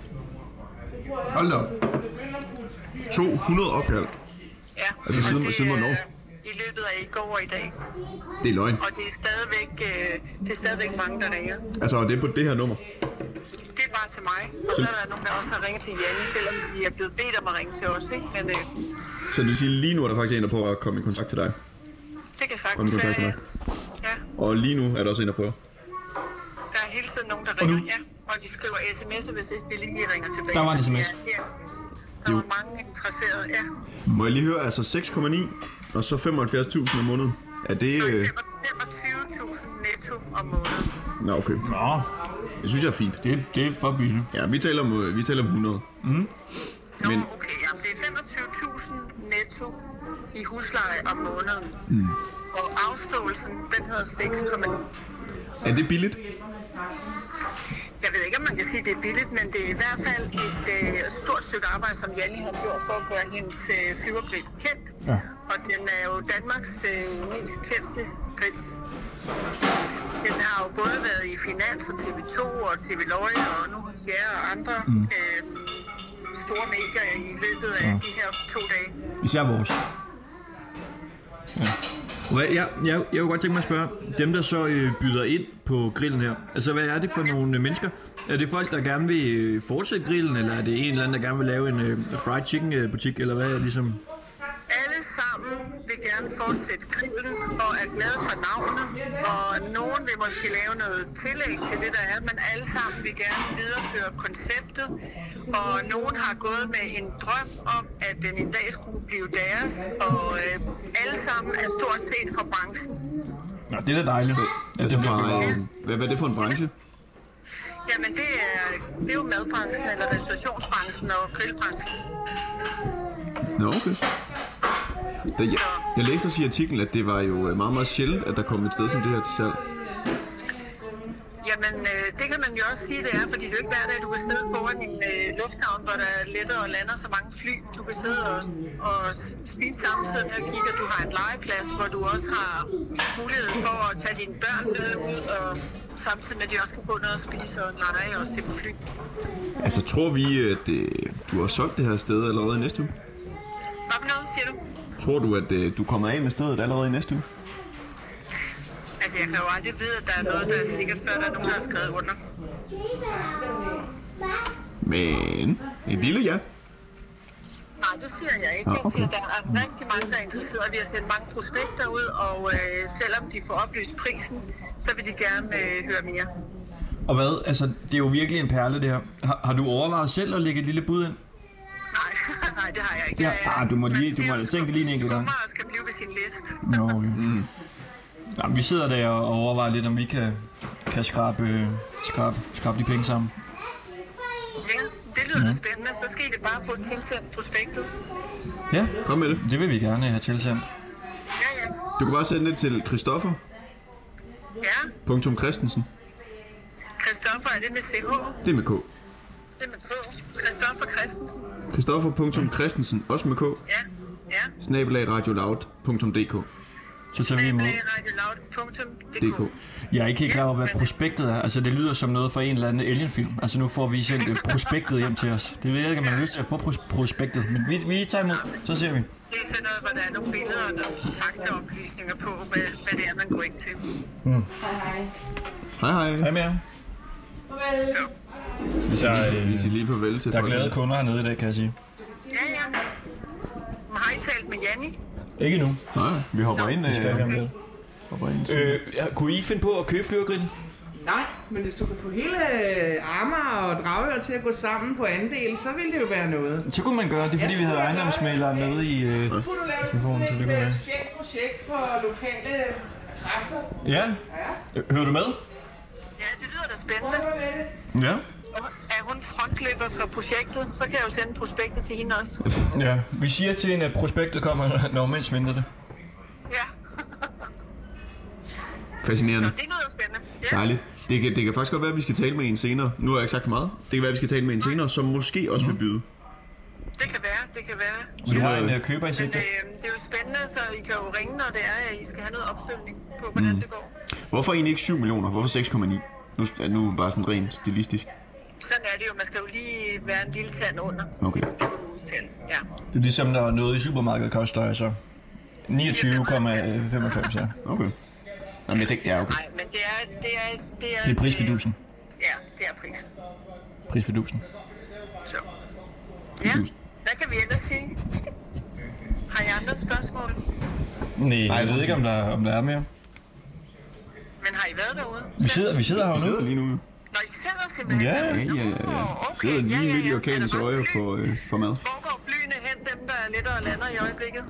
Speaker 2: 200 opkald.
Speaker 7: Ja,
Speaker 2: Altså,
Speaker 7: og
Speaker 2: siden- siden hvornår?
Speaker 7: øh, i løbet af i går og i dag.
Speaker 2: Det er løgn.
Speaker 7: Og det er stadigvæk, øh, det er stadigvæk mange, der ringer.
Speaker 2: Altså, og det er på det her nummer.
Speaker 7: Det er bare til mig. Og så er der nogen, der også har ringet til Janne, selvom de er blevet bedt om at ringe til os. Ikke? Men øh,
Speaker 2: Så det vil sige, lige nu er der faktisk en, der prøver at komme i kontakt til dig.
Speaker 7: det kan
Speaker 2: Kom i
Speaker 7: sagtens
Speaker 2: kontakt
Speaker 7: være.
Speaker 2: til mig.
Speaker 7: Ja,
Speaker 2: Og lige nu er der også en, der prøver.
Speaker 7: der er hele tiden nogen, der ringer. Ja, og de skriver sms'er, hvis ikke vi lige ringer tilbage.
Speaker 8: Der var en
Speaker 7: Så det
Speaker 8: sms.
Speaker 7: er- Ja, der var mange interesserede, ja.
Speaker 2: Må jeg lige høre, altså 6,9 og så 75.000 om måneden. Er det... Øh...
Speaker 7: 25.000 netto om måneden.
Speaker 2: Nå, okay.
Speaker 1: Nå,
Speaker 2: Det synes jeg er fint.
Speaker 1: det, det er for billigt.
Speaker 2: Ja, vi taler om, øh, vi taler om 100.
Speaker 7: Nå,
Speaker 2: Men-
Speaker 7: okay, jamen det er 25.000 netto i husleje om måneden.
Speaker 8: Mm.
Speaker 7: Og afståelsen, den hedder 6,9.
Speaker 2: Er det billigt?
Speaker 7: Jeg ved ikke, om man kan sige, at det er billigt, men det er i hvert fald et øh, stort stykke arbejde, som Janni har gjort for at gøre hendes øh, flyvergrill kendt. Ja. Og den er jo Danmarks øh, mest kendte grill. Den har jo både været i Finans og TV2 og TV Løje og nu hos jer og andre mm. øh, store medier i løbet af de her to dage.
Speaker 8: Især vores.
Speaker 1: Hvad, jeg, jeg, jeg kunne godt tænke mig at spørge, dem der så øh, byder ind på grillen her, altså hvad er det for nogle øh, mennesker? Er det folk, der gerne vil øh, fortsætte grillen, eller er det en eller anden, der gerne vil lave en øh, fried chicken øh, butik, eller hvad er ligesom?
Speaker 7: alle sammen vil gerne fortsætte grillen og er glade for navnet. Og nogen vil måske lave noget tillæg til det, der er, men alle sammen vil gerne videreføre konceptet. Og nogen har gået med en drøm om, at den en dag skulle blive deres. Og øh, alle sammen er stort set fra branchen.
Speaker 1: Nå, det er da dejligt. Ja,
Speaker 2: Altså
Speaker 1: det
Speaker 2: fra,
Speaker 1: bliver godt.
Speaker 2: øh, hvad, hvad er det for en branche?
Speaker 7: Jamen det er, det er jo madbranchen, eller restaurationsbranchen og grillbranchen.
Speaker 2: Nå, okay. Da, jeg, jeg læste også i artiklen, at det var jo øh, meget, meget sjældent, at der kom et sted som det her til salg.
Speaker 7: Jamen, øh, det kan man jo også sige, det er, fordi det er jo ikke hver dag, du kan sidde foran en øh, lufthavn, hvor der letter og lander så mange fly. Du kan sidde og, og spise samtidig med at kigge, at du har en legeplads, hvor du også har muligheden for at tage dine børn med ud, og samtidig med, at de også kan få noget at spise og lege og se på fly.
Speaker 2: Altså, tror vi, at øh, du har solgt det her sted allerede i næste uge?
Speaker 7: Hvad for noget, siger du?
Speaker 2: Tror du, at øh, du kommer af med stedet allerede i næste uge?
Speaker 7: Altså, jeg kan jo aldrig vide, at der er noget, der er sikkert, før der er nogen, der har skrevet under.
Speaker 2: Men et lille ja.
Speaker 7: Nej, det siger jeg ikke. Jeg siger, at der er rigtig mange, der er interesseret. Vi har sendt mange prospekter ud, og øh, selvom de får oplyst prisen, så vil de gerne øh, høre mere.
Speaker 1: Og hvad, altså det er jo virkelig en perle det her. Har, har du overvejet selv at lægge et lille bud ind?
Speaker 7: Nej, nej, det har jeg ikke.
Speaker 1: Det har-
Speaker 7: Jeg er-
Speaker 1: ah, du må
Speaker 7: man
Speaker 1: lige- du
Speaker 7: siger
Speaker 1: må
Speaker 7: jo,
Speaker 1: tænke lige en enkelt gang.
Speaker 7: Skummer skal blive ved sin list.
Speaker 1: Nå, okay. Mm. Jamen, vi sidder der og overvejer lidt, om vi kan, kan skrabe, øh, skrabe, skrabe de penge sammen.
Speaker 7: Ja, det lyder
Speaker 1: Mhm.
Speaker 7: da spændende. Så skal I det bare få tilsendt prospektet.
Speaker 1: Ja,
Speaker 2: Kom med det.
Speaker 1: det vil vi gerne øh, have tilsendt.
Speaker 7: Ja, ja.
Speaker 2: Du kan bare sende det til
Speaker 7: Ja,
Speaker 2: Christoffer.Christensen.
Speaker 7: Christoffer, er det med CH?
Speaker 2: Det er med K.
Speaker 7: Det er med K. Christoffer Christensen.
Speaker 2: Christoffer.Christensen, også med K.
Speaker 7: Ja, ja.
Speaker 2: Snabelag radioloud.dk.
Speaker 1: Så tager vi
Speaker 7: Det er
Speaker 1: imod.
Speaker 2: DK.
Speaker 7: blevet
Speaker 1: Jeg er ikke helt klar over, hvad prospektet er. Altså, det lyder som noget fra en eller anden alienfilm. Altså, nu får vi sendt øh, prospektet hjem til os. Det ved jeg ikke, om man har lyst til at få pros- prospektet. Men vi, vi tager imod, så ser vi.
Speaker 7: Det er sådan noget, hvor der er nogle billeder og nogle faktaoplysninger på, hvad, hvad det er, man går ind til.
Speaker 2: Hej hej.
Speaker 1: Hvad med jer?
Speaker 7: Så,
Speaker 1: Der, øh,
Speaker 2: Vi siger lige farvel til
Speaker 1: der er
Speaker 2: folk.
Speaker 1: glade kunder hernede i dag, kan jeg sige.
Speaker 7: ja, ja. Men Har I talt med Janni?
Speaker 1: Ikke nu.
Speaker 2: Nej, vi hopper ind.
Speaker 1: Det skal vi om
Speaker 2: øh,
Speaker 1: lidt.
Speaker 2: hopper ind.
Speaker 1: Øh, ja, kunne I finde på at købe flyvergrillen?
Speaker 4: Nej, men hvis du kan få hele øh, Amager og Dragør til at gå sammen på andel, så ville det jo være noget.
Speaker 1: Så kunne man gøre det, fordi vi havde ejendomsmalere nede i... Øh...
Speaker 4: Kunne du lave
Speaker 1: Telefonen, så det kunne
Speaker 4: sådan et øh,
Speaker 1: være.
Speaker 4: specielt projekt for lokale kræfter?
Speaker 1: Ja. Øh, Hører du med?
Speaker 7: Ja, det lyder da spændende.
Speaker 1: Ja.
Speaker 7: Og Er hun frontløber for projektet, så kan jeg jo sende prospektet til hende også.
Speaker 1: Ja. Vi siger til hende, at prospektet kommer, når mens venter det.
Speaker 7: Ja, så
Speaker 2: Fascinerende.
Speaker 7: det lyder spændende. Ja.
Speaker 2: Dejligt. Det kan, det kan faktisk godt være, at vi skal tale med en senere. Nu har jeg ikke sagt for meget. Det kan være, at vi skal tale med en senere, som måske også vil byde.
Speaker 7: Det kan være, det kan være.
Speaker 1: Vi har en
Speaker 2: øh,
Speaker 1: øh, køber i
Speaker 7: Men
Speaker 1: sigte.
Speaker 7: øh, det er jo spændende, så I kan jo ringe, når det er, at I skal have noget opfølgning på, hvordan det går.
Speaker 2: Hvorfor egentlig ikke 7 millioner? Hvorfor 6,9? Nu er nu bare sådan rent stilistisk.
Speaker 7: Sådan er det jo. Man skal jo lige være en lille tand under.
Speaker 2: Okay.
Speaker 7: Det er jo en uges tand. Ja.
Speaker 1: Det er ligesom, når noget i supermarkedet koster altså 29,95, ja.
Speaker 2: Okay. Jamen, jeg tænkte, ja, okay.
Speaker 7: Nej, men det er... Det er, det er,
Speaker 1: Det er prisfidusen.
Speaker 7: Ja, det er prisen.
Speaker 1: Prisfidusen.
Speaker 7: Så. Ja,
Speaker 1: Ligesom-
Speaker 7: hvad kan vi ellers sige? Har I andre spørgsmål?
Speaker 1: Nej, jeg
Speaker 2: tror
Speaker 1: ved ikke,
Speaker 2: ikke.
Speaker 1: om der, om der er mere.
Speaker 7: Men har I været derude?
Speaker 1: Vi sidder, vi sidder her
Speaker 2: Vi
Speaker 1: jo
Speaker 2: sidder
Speaker 1: nu.
Speaker 2: lige nu.
Speaker 7: Når I sidder simpelthen
Speaker 1: Ja,
Speaker 7: derude?
Speaker 2: Ja, ja, ja.
Speaker 7: Nå,
Speaker 2: ja.
Speaker 7: okay,
Speaker 2: Sidder lige
Speaker 7: ja, ja,
Speaker 2: midt i
Speaker 7: ja.
Speaker 2: orkanens
Speaker 7: Er der
Speaker 2: øje
Speaker 7: mange fly?
Speaker 2: for, øh, for mad.
Speaker 7: Hvor går flyene hen, dem der letter og lander i øjeblikket?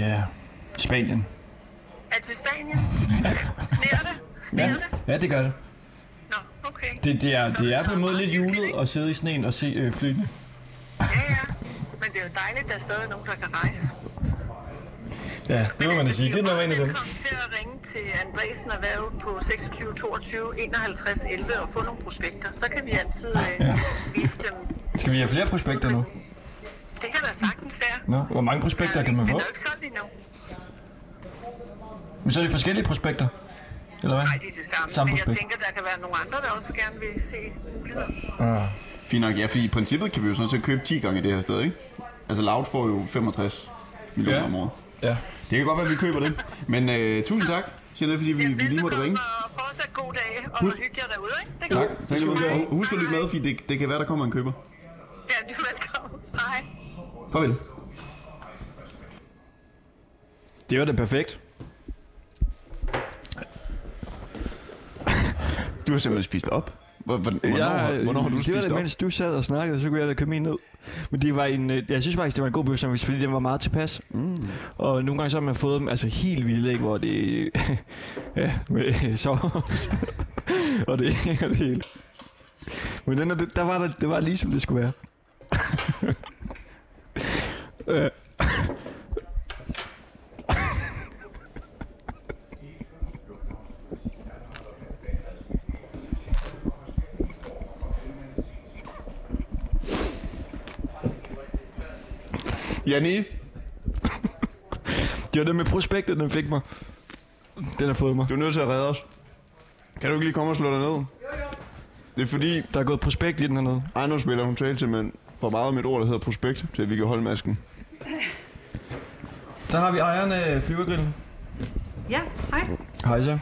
Speaker 1: Ja, Spanien.
Speaker 7: Er det til Spanien? Sneer det? Sneer
Speaker 1: Ja,
Speaker 7: det?
Speaker 1: ja det gør det.
Speaker 7: Nå, okay.
Speaker 1: Det, det, er,
Speaker 7: Så
Speaker 1: det er
Speaker 7: der
Speaker 1: på en måde
Speaker 7: meget
Speaker 1: lidt
Speaker 7: hyggeligt,
Speaker 1: julet
Speaker 7: ikke?
Speaker 1: at sidde i sneen og se øh, flyene.
Speaker 7: Ja, ja. Men det er jo dejligt, der er stadig nogen, der kan rejse.
Speaker 1: Ja, det må man da
Speaker 7: altså,
Speaker 1: sige.
Speaker 7: I
Speaker 1: Det er noget en af dem.
Speaker 7: Velkommen til at ringe til Andresen Erhverv på 26 22 51 11 og få nogle prospekter. Så kan vi altid øh, ja. vise dem.
Speaker 1: Skal vi have flere prospekter nu?
Speaker 7: Det kan da sagtens
Speaker 1: Nå,
Speaker 7: være.
Speaker 1: hvor mange prospekter kan man
Speaker 7: Den
Speaker 1: få?
Speaker 7: er jo ikke solgt endnu.
Speaker 1: Men så er det forskellige prospekter, eller hvad?
Speaker 7: Nej, det er det samme.
Speaker 1: Samme
Speaker 7: Men jeg
Speaker 1: prospekt.
Speaker 7: tænker, der kan være nogle andre, der også gerne vil se muligheder.
Speaker 2: Fint nok, ja, fordi i princippet kan vi jo sådan set købe 10 gange det her sted, ikke? Altså Loud får jo 65 millioner
Speaker 1: Ja.
Speaker 2: om året.
Speaker 1: Ja.
Speaker 2: Det kan godt være, at vi køber det. Men øh, tusind tak, Jeanette, fordi vi,
Speaker 7: Ja,
Speaker 2: vi lige måtte
Speaker 7: velbekomme,
Speaker 2: ringe.
Speaker 7: og fortsat god dag, og hygge jer derude, ikke? Det
Speaker 2: Tak. tak.
Speaker 7: Hej.
Speaker 2: Og Husk at lytte med, fordi det, det kan være, der kommer en køber.
Speaker 7: Ja, du er velkommen. Hej.
Speaker 2: Farvel.
Speaker 1: Det var da perfekt.
Speaker 2: Du har simpelthen spist op. Hvor- hvor- Hvornår,
Speaker 8: jeg,
Speaker 2: hvornår har du
Speaker 8: det var
Speaker 2: spist
Speaker 8: det,
Speaker 2: op?
Speaker 8: mens du sad og snakkede, så kunne jeg da købe min ned. Men det var en, øh, jeg synes faktisk, det var en god bøfsandwich, fordi den var meget tilpas. Mm. Og nogle gange så har man fået dem altså, helt vildt, ikke? hvor det ja, med sovs og det, og det hele. Men den, er- der var der, det var lige som det skulle være. Øh.
Speaker 2: Janne,
Speaker 8: det var det med prospektet, den fik mig. Den har fået mig.
Speaker 2: du er nødt til at redde os. Kan du ikke lige komme og slå dig ned? Det er fordi,
Speaker 8: Der er gået prospekt i den hernede.
Speaker 2: ejendomsmælder, hun talte simpelthen for meget om et ord, der hedder prospekt, til at vi kan holde masken.
Speaker 1: Der har vi ejeren af flyvergrillen.
Speaker 9: Ja, hej.
Speaker 1: Hej så.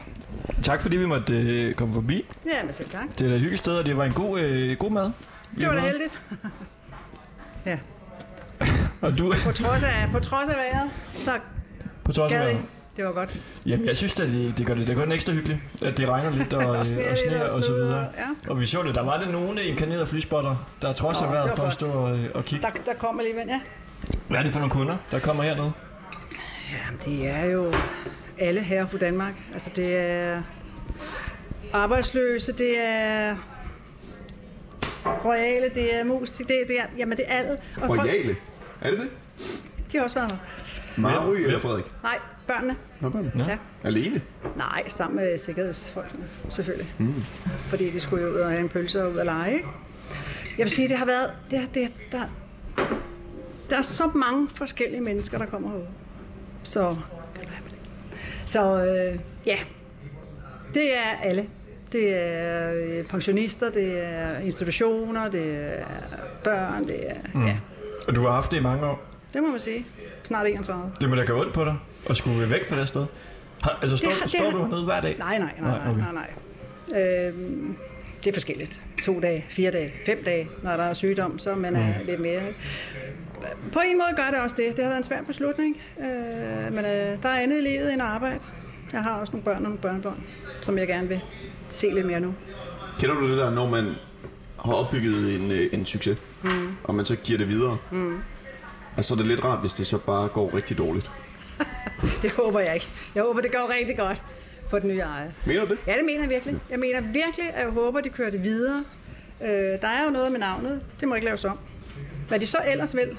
Speaker 1: Tak fordi vi måtte øh, komme forbi.
Speaker 9: Ja, men selv tak.
Speaker 1: Det er da et hyggeligt sted, og det var en god, øh, god mad.
Speaker 9: Det var da heldigt.
Speaker 1: Og du
Speaker 9: På trods af, på trods af vejret, så
Speaker 1: på trods af
Speaker 9: gad I.
Speaker 1: maden.
Speaker 9: Det var godt.
Speaker 1: Jamen, jeg synes, at det, det gør det, det gør den ekstra hyggeligt, at det regner lidt og, øh, og
Speaker 9: sneer
Speaker 1: sneer og,
Speaker 9: lidt og
Speaker 1: så
Speaker 9: snoder,
Speaker 1: videre.
Speaker 9: ja.
Speaker 1: Og vi så det, der var det nogle inkarnerede flyspotter, der trods af
Speaker 9: Nå, det
Speaker 1: vejret
Speaker 9: var
Speaker 1: for at
Speaker 9: godt.
Speaker 1: stå og, øh, og kigge.
Speaker 9: Der, der kom alligevel, ja.
Speaker 1: Hvad er det for nogle kunder, der kommer hernede?
Speaker 9: Jamen, det er jo alle her på Danmark. Altså, det er arbejdsløse, det er royale, det er musik, det, det er, jamen det er alle. Og folk,
Speaker 2: Royale? Er det det?
Speaker 9: de har også været her.
Speaker 2: Maru eller Frederik?
Speaker 9: Nej, børnene.
Speaker 2: Nå, børn.
Speaker 9: Ja.
Speaker 2: Alene?
Speaker 9: Nej, sammen med sikkerhedsfolkene, selvfølgelig. Mm. Fordi de skulle jo ud og have en pølse og ud og lege, ikke? Jeg vil sige, det har været... Det, har- det, der, der er så mange forskellige mennesker, der kommer herud. Så... Så øh, ja, det er alle. Det er øh, pensionister, det er institutioner, det er børn, det er... Mm. Ja,
Speaker 1: Og du har haft det i mange år.
Speaker 9: det må man sige. Snart 31.
Speaker 1: Det må da gøre ondt på dig at skulle væk fra det sted. Har, altså, står,
Speaker 9: har- det
Speaker 1: står
Speaker 9: har-
Speaker 1: du hernede hver dag?
Speaker 9: Nej, nej, nej,
Speaker 1: Nej,
Speaker 9: nej,
Speaker 1: okay.
Speaker 9: nej, nej. Øhm, det er forskelligt. To dage, fire dage, fem dage, når der er sygdom, så er man er lidt mere. ikke? På en måde gør det også det. Det har været en svær beslutning. Øh, men øh, der er andet i livet end arbejde. Jeg har også nogle børn og nogle børnebørn, som jeg gerne vil se lidt mere nu.
Speaker 2: Kender du det der, når man har opbygget en, øh, en succes, mm. og man så giver det videre? Mm. Og så er det lidt rart, hvis det så bare går rigtig dårligt.
Speaker 9: Det håber jeg ikke. Jeg håber, det går rigtig godt for den nye ejer.
Speaker 2: Mener du det?
Speaker 9: Ja, det mener jeg virkelig. Jeg mener virkelig, at jeg håber, de kører det videre. Øh, der er jo noget med navnet. Det må ikke laves om. Hvad de så ellers vil,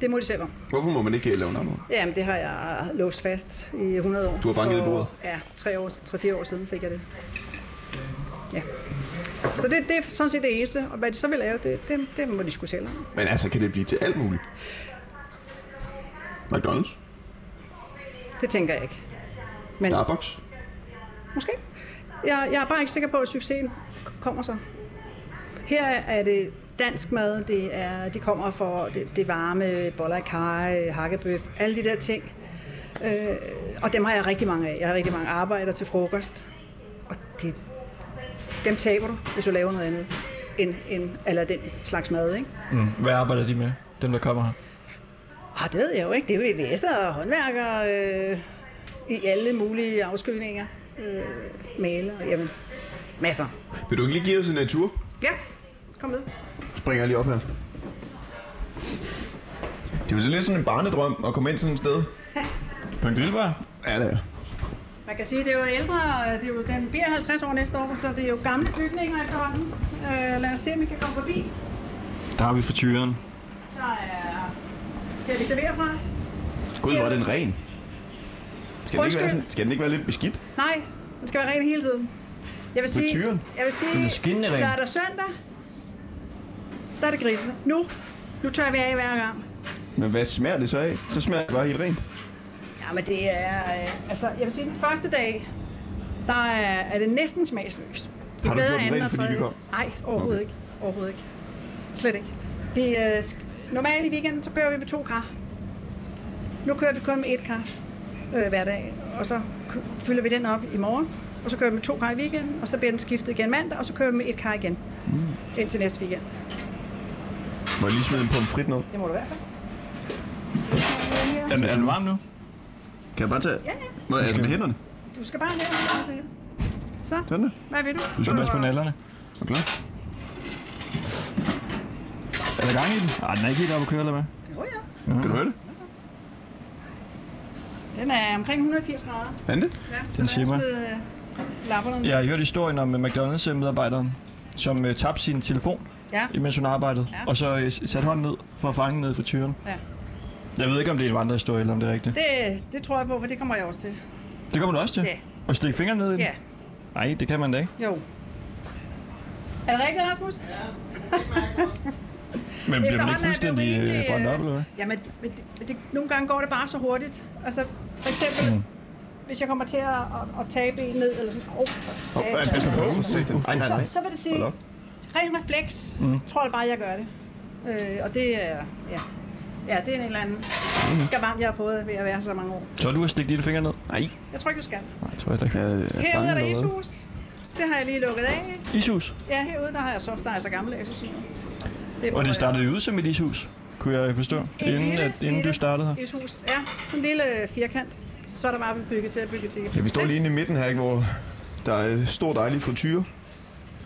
Speaker 9: det må de selv om.
Speaker 2: Hvorfor må man ikke øh, lave navn? om?
Speaker 9: Jamen, det har jeg låst fast i 100 år.
Speaker 2: Du har banket i
Speaker 9: For-
Speaker 2: bordet?
Speaker 9: Ja, 3-4 år, tre, fire år siden fik jeg det. Ja. Så det, det er sådan set det eneste. Og hvad de så vil lave, det, det, det må de skulle selv om.
Speaker 2: Men altså, kan det blive til alt muligt? McDonald's?
Speaker 9: Det tænker jeg ikke. Men
Speaker 2: Starbucks?
Speaker 9: måske. Jeg, jeg er bare ikke sikker på, at succesen kommer så. Her er det dansk mad. Det er, de kommer for det, det varme, boller i kaj, hakkebøf, alle de der ting. Øh, og dem har jeg rigtig mange af. Jeg har rigtig mange arbejder til frokost. Og det, dem taber du, hvis du laver noget andet end, end eller den slags mad, ikke?
Speaker 1: Mm. Hvad arbejder de med, dem der kommer her?
Speaker 9: Og det ved jeg jo ikke. Det er jo VVS'er og håndværkere øh, i alle mulige afskyninger. Øh, maler, jamen, masser.
Speaker 2: Vil du ikke lige give os en uh, tur?
Speaker 9: Ja, kom med.
Speaker 2: Springer jeg lige op her. Det er jo så lidt sådan en barnedrøm at komme ind sådan et sted.
Speaker 10: På en grillbar?
Speaker 2: Ja, det er.
Speaker 9: Man kan sige, at det er jo ældre, øh, det er jo, den bliver 50 år næste år, så det er jo gamle bygninger efterhånden. Øh, lad os se, om vi kan komme forbi.
Speaker 1: Der har vi for tyren.
Speaker 9: Der er... Der vi serverer fra.
Speaker 2: Gud, hvor er den ren. Skal den, ikke være sådan, skal den ikke være lidt beskidt?
Speaker 9: Nej, den skal være ren hele tiden. Jeg vil sige,
Speaker 2: tyren?
Speaker 9: jeg vil sige,
Speaker 1: Den er skinnende ren.
Speaker 9: lørdag og søndag, der er det grisene. Nu, nu tør vi af hver gang.
Speaker 2: Men hvad smager det så af? Så smager det bare helt rent.
Speaker 9: Ja, men det er... Øh, altså, jeg vil sige, den første dag, der er, er det næsten smagsløst. Det er
Speaker 2: Har du
Speaker 9: bedre
Speaker 2: gjort den
Speaker 9: anden
Speaker 2: ren,
Speaker 9: og
Speaker 2: fordi vi
Speaker 9: tredje.
Speaker 2: kom?
Speaker 9: Nej, overhovedet ikke. Overhovedet ikke. Slet ikke. Vi, øh, sk- normalt i weekenden, så kører vi med to kar. Nu kører vi kun med et kar øh, hver dag, og så k- fylder vi den op i morgen. Og så kører vi med to kar i weekenden, og så bliver den skiftet igen mandag, og så kører vi med et kar igen. Mm. Indtil næste weekend.
Speaker 2: Må jeg lige smide en pomfrit ned?
Speaker 9: Det må du i hvert fald.
Speaker 10: Er den, er den varm nu?
Speaker 2: Kan jeg bare tage?
Speaker 9: Ja, ja.
Speaker 2: Hvad, altså med hænderne?
Speaker 9: Du skal bare her. altså. Så,
Speaker 2: Sådan der.
Speaker 9: hvad vil du?
Speaker 10: Du skal passe på nallerne.
Speaker 2: Er du klar?
Speaker 10: Er der gang i den? Nej, den er ikke helt oppe at køre, eller hvad?
Speaker 9: Jo, ja.
Speaker 2: Kan du høre det?
Speaker 9: Den er omkring 180 grader.
Speaker 2: Er den det?
Speaker 9: Ja,
Speaker 10: Den simmer.
Speaker 9: Lapperne.
Speaker 1: Jeg har hørt historien om øh, McDonald's-medarbejderen, som uh, tabte sin telefon,
Speaker 9: Ja.
Speaker 1: imens hun arbejdede,
Speaker 9: Ja.
Speaker 1: og så øh, s- satte hånden ned for at fange ned for tyren.
Speaker 9: Ja.
Speaker 1: Jeg ved ikke, om det er en vandrehistorie, eller om det er rigtigt.
Speaker 9: Det, det tror jeg på, for det kommer jeg også til.
Speaker 1: Det kommer du også til?
Speaker 9: Ja.
Speaker 1: Og stikke fingrene ned i den?
Speaker 9: Ja,
Speaker 1: Nej, det kan man da ikke.
Speaker 9: jo. Er det rigtigt, Rasmus?
Speaker 10: Men bliver man
Speaker 9: Efterhånden er
Speaker 10: ikke
Speaker 9: det
Speaker 10: fuldstændig øh,
Speaker 9: jo rimelig,
Speaker 10: brændt
Speaker 9: øh,
Speaker 10: op, eller hvad?
Speaker 9: Ja, men, men, det, men det, nogle gange går det bare så hurtigt. Altså, for eksempel, mm. hvis jeg kommer til at, at, at tabe en ned, eller sådan, oh,
Speaker 2: Åh,
Speaker 9: ja,
Speaker 2: oh, pas nu på. Sæt den. Ej, nej, nej.
Speaker 9: så, så vil det
Speaker 2: Hold
Speaker 9: sige,
Speaker 2: op.
Speaker 9: ren refleks, mm. tror jeg bare, jeg gør det. Øh, og det er, ja. ja, det er en eller anden skavank, jeg har fået ved at være her så mange år.
Speaker 1: Så du har stikket dine fingre ned?
Speaker 2: Nej.
Speaker 9: Jeg tror ikke, du skal.
Speaker 1: Nej, tror jeg da ikke.
Speaker 2: Jeg er
Speaker 9: Herude
Speaker 2: bange
Speaker 9: er der
Speaker 2: allerede.
Speaker 9: ishus. Det har jeg lige lukket af.
Speaker 1: Ishus.
Speaker 9: Ja, herude der har jeg soft, der er så gammel asusiner. Det
Speaker 1: Og det startede jo ud som et ishus, kunne jeg forstå, inden,
Speaker 9: lille,
Speaker 1: at, inden du
Speaker 9: lille-
Speaker 1: startede her.
Speaker 9: Et hus, ja. Sådan en lille øh, firkant. Så er der bare blevet bygget til at bygge til.
Speaker 2: Ja, vi står lige inde i midten her, ikke, hvor der er øh, stor dejlig frityre.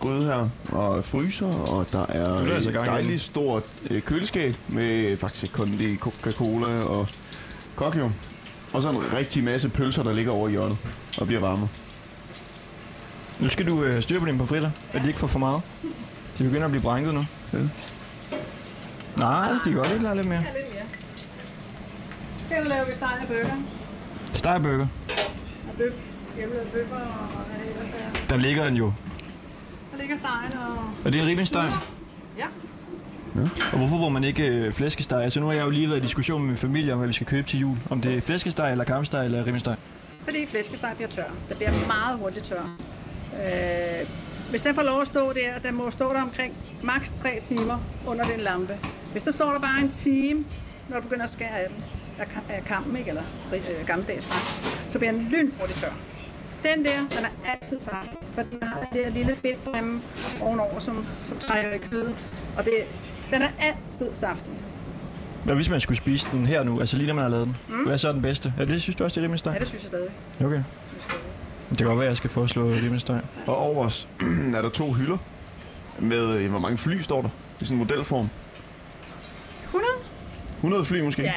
Speaker 2: Gryde her, og fryser, og der er
Speaker 1: er altså
Speaker 2: et
Speaker 1: gang i den.
Speaker 2: dejligt stort øh, køleskab med faktisk kondi, Coca-Cola og kokio. Og så en rigtig masse pølser, der ligger over i hjørnet og bliver varme.
Speaker 1: Nu skal du øh, styre på dine pomfritter, at de ikke får for meget. De begynder at blive brænket nu.
Speaker 2: Ja.
Speaker 1: Nej, altså, de kan godt ikke lade lidt mere.
Speaker 9: Herude laver vi steg af bøger.
Speaker 1: Stegerburger.
Speaker 9: Og bøf. Hjemmelavede bøffer og hvad det ellers er.
Speaker 1: Der ligger den jo.
Speaker 9: Der ligger stegen og...
Speaker 1: Og det er en rimelig steg.
Speaker 9: Ja.
Speaker 1: Og hvorfor bruger man ikke øh, flæskesteg? Altså nu har jeg jo lige været i diskussion med min familie om, hvad vi skal købe til jul. Om det er flæskesteg, eller kamsteg, eller rimesteg.
Speaker 9: Fordi flæskesteg bliver tør. Der bliver meget hurtigt tør. Øh, hvis den får lov at stå der, den må stå der omkring maks 3 timer under den lampe. Hvis der står der bare en time, når du begynder at skære af den, af ka- af kampen, ikke? eller øh, gammeldags steg, så bliver den lynhurtigt tør. Den der, den er altid sej, for den har det der lille fedt fremme ovenover, som, som trækker i kødet. Og det, den er altid saftig.
Speaker 1: Hvad hvis man skulle spise den her nu, altså lige når man har lavet den? Mm. Hvad så er den bedste? Ja, det synes du også, det er rimesteg?
Speaker 9: Ja, det synes jeg stadig.
Speaker 1: Okay. Det kan godt være, at jeg skal foreslå rimesteg.
Speaker 2: Og over os er der to hylder med, øh, hvor mange fly står der? I sådan en modelform.
Speaker 9: 100?
Speaker 2: 100 fly måske?
Speaker 9: Ja.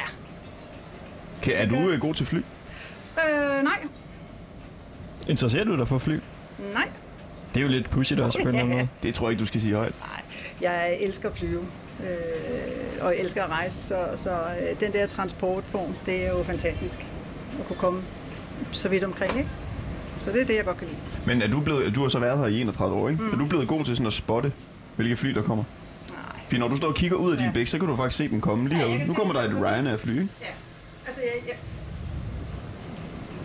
Speaker 2: Kan, er du øh, god til fly?
Speaker 9: Øh, nej.
Speaker 1: Interesserer du dig for fly?
Speaker 9: Nej.
Speaker 1: Det er jo lidt pudsigt også på en eller anden måde.
Speaker 2: Det tror jeg ikke, du skal sige højt.
Speaker 9: Jeg elsker at flyve, øh, og jeg elsker at rejse, så, så øh, den der transportform, det er jo fantastisk at kunne komme så vidt omkring, ikke? Så det er det, jeg godt kan lide.
Speaker 2: Men er du, blevet, du har så været her i 31 år, ikke? Mm. Er du blevet god til sådan at spotte, hvilke fly der kommer? Nej. Fordi når du står og kigger ud af din bæk, så kan du faktisk se dem komme lige
Speaker 9: Ja, jeg
Speaker 2: herude.
Speaker 9: kan
Speaker 2: Nu
Speaker 9: se
Speaker 2: kommer der
Speaker 9: dem.
Speaker 2: et Ryanair-fly, ikke?
Speaker 9: Altså, jeg, jeg,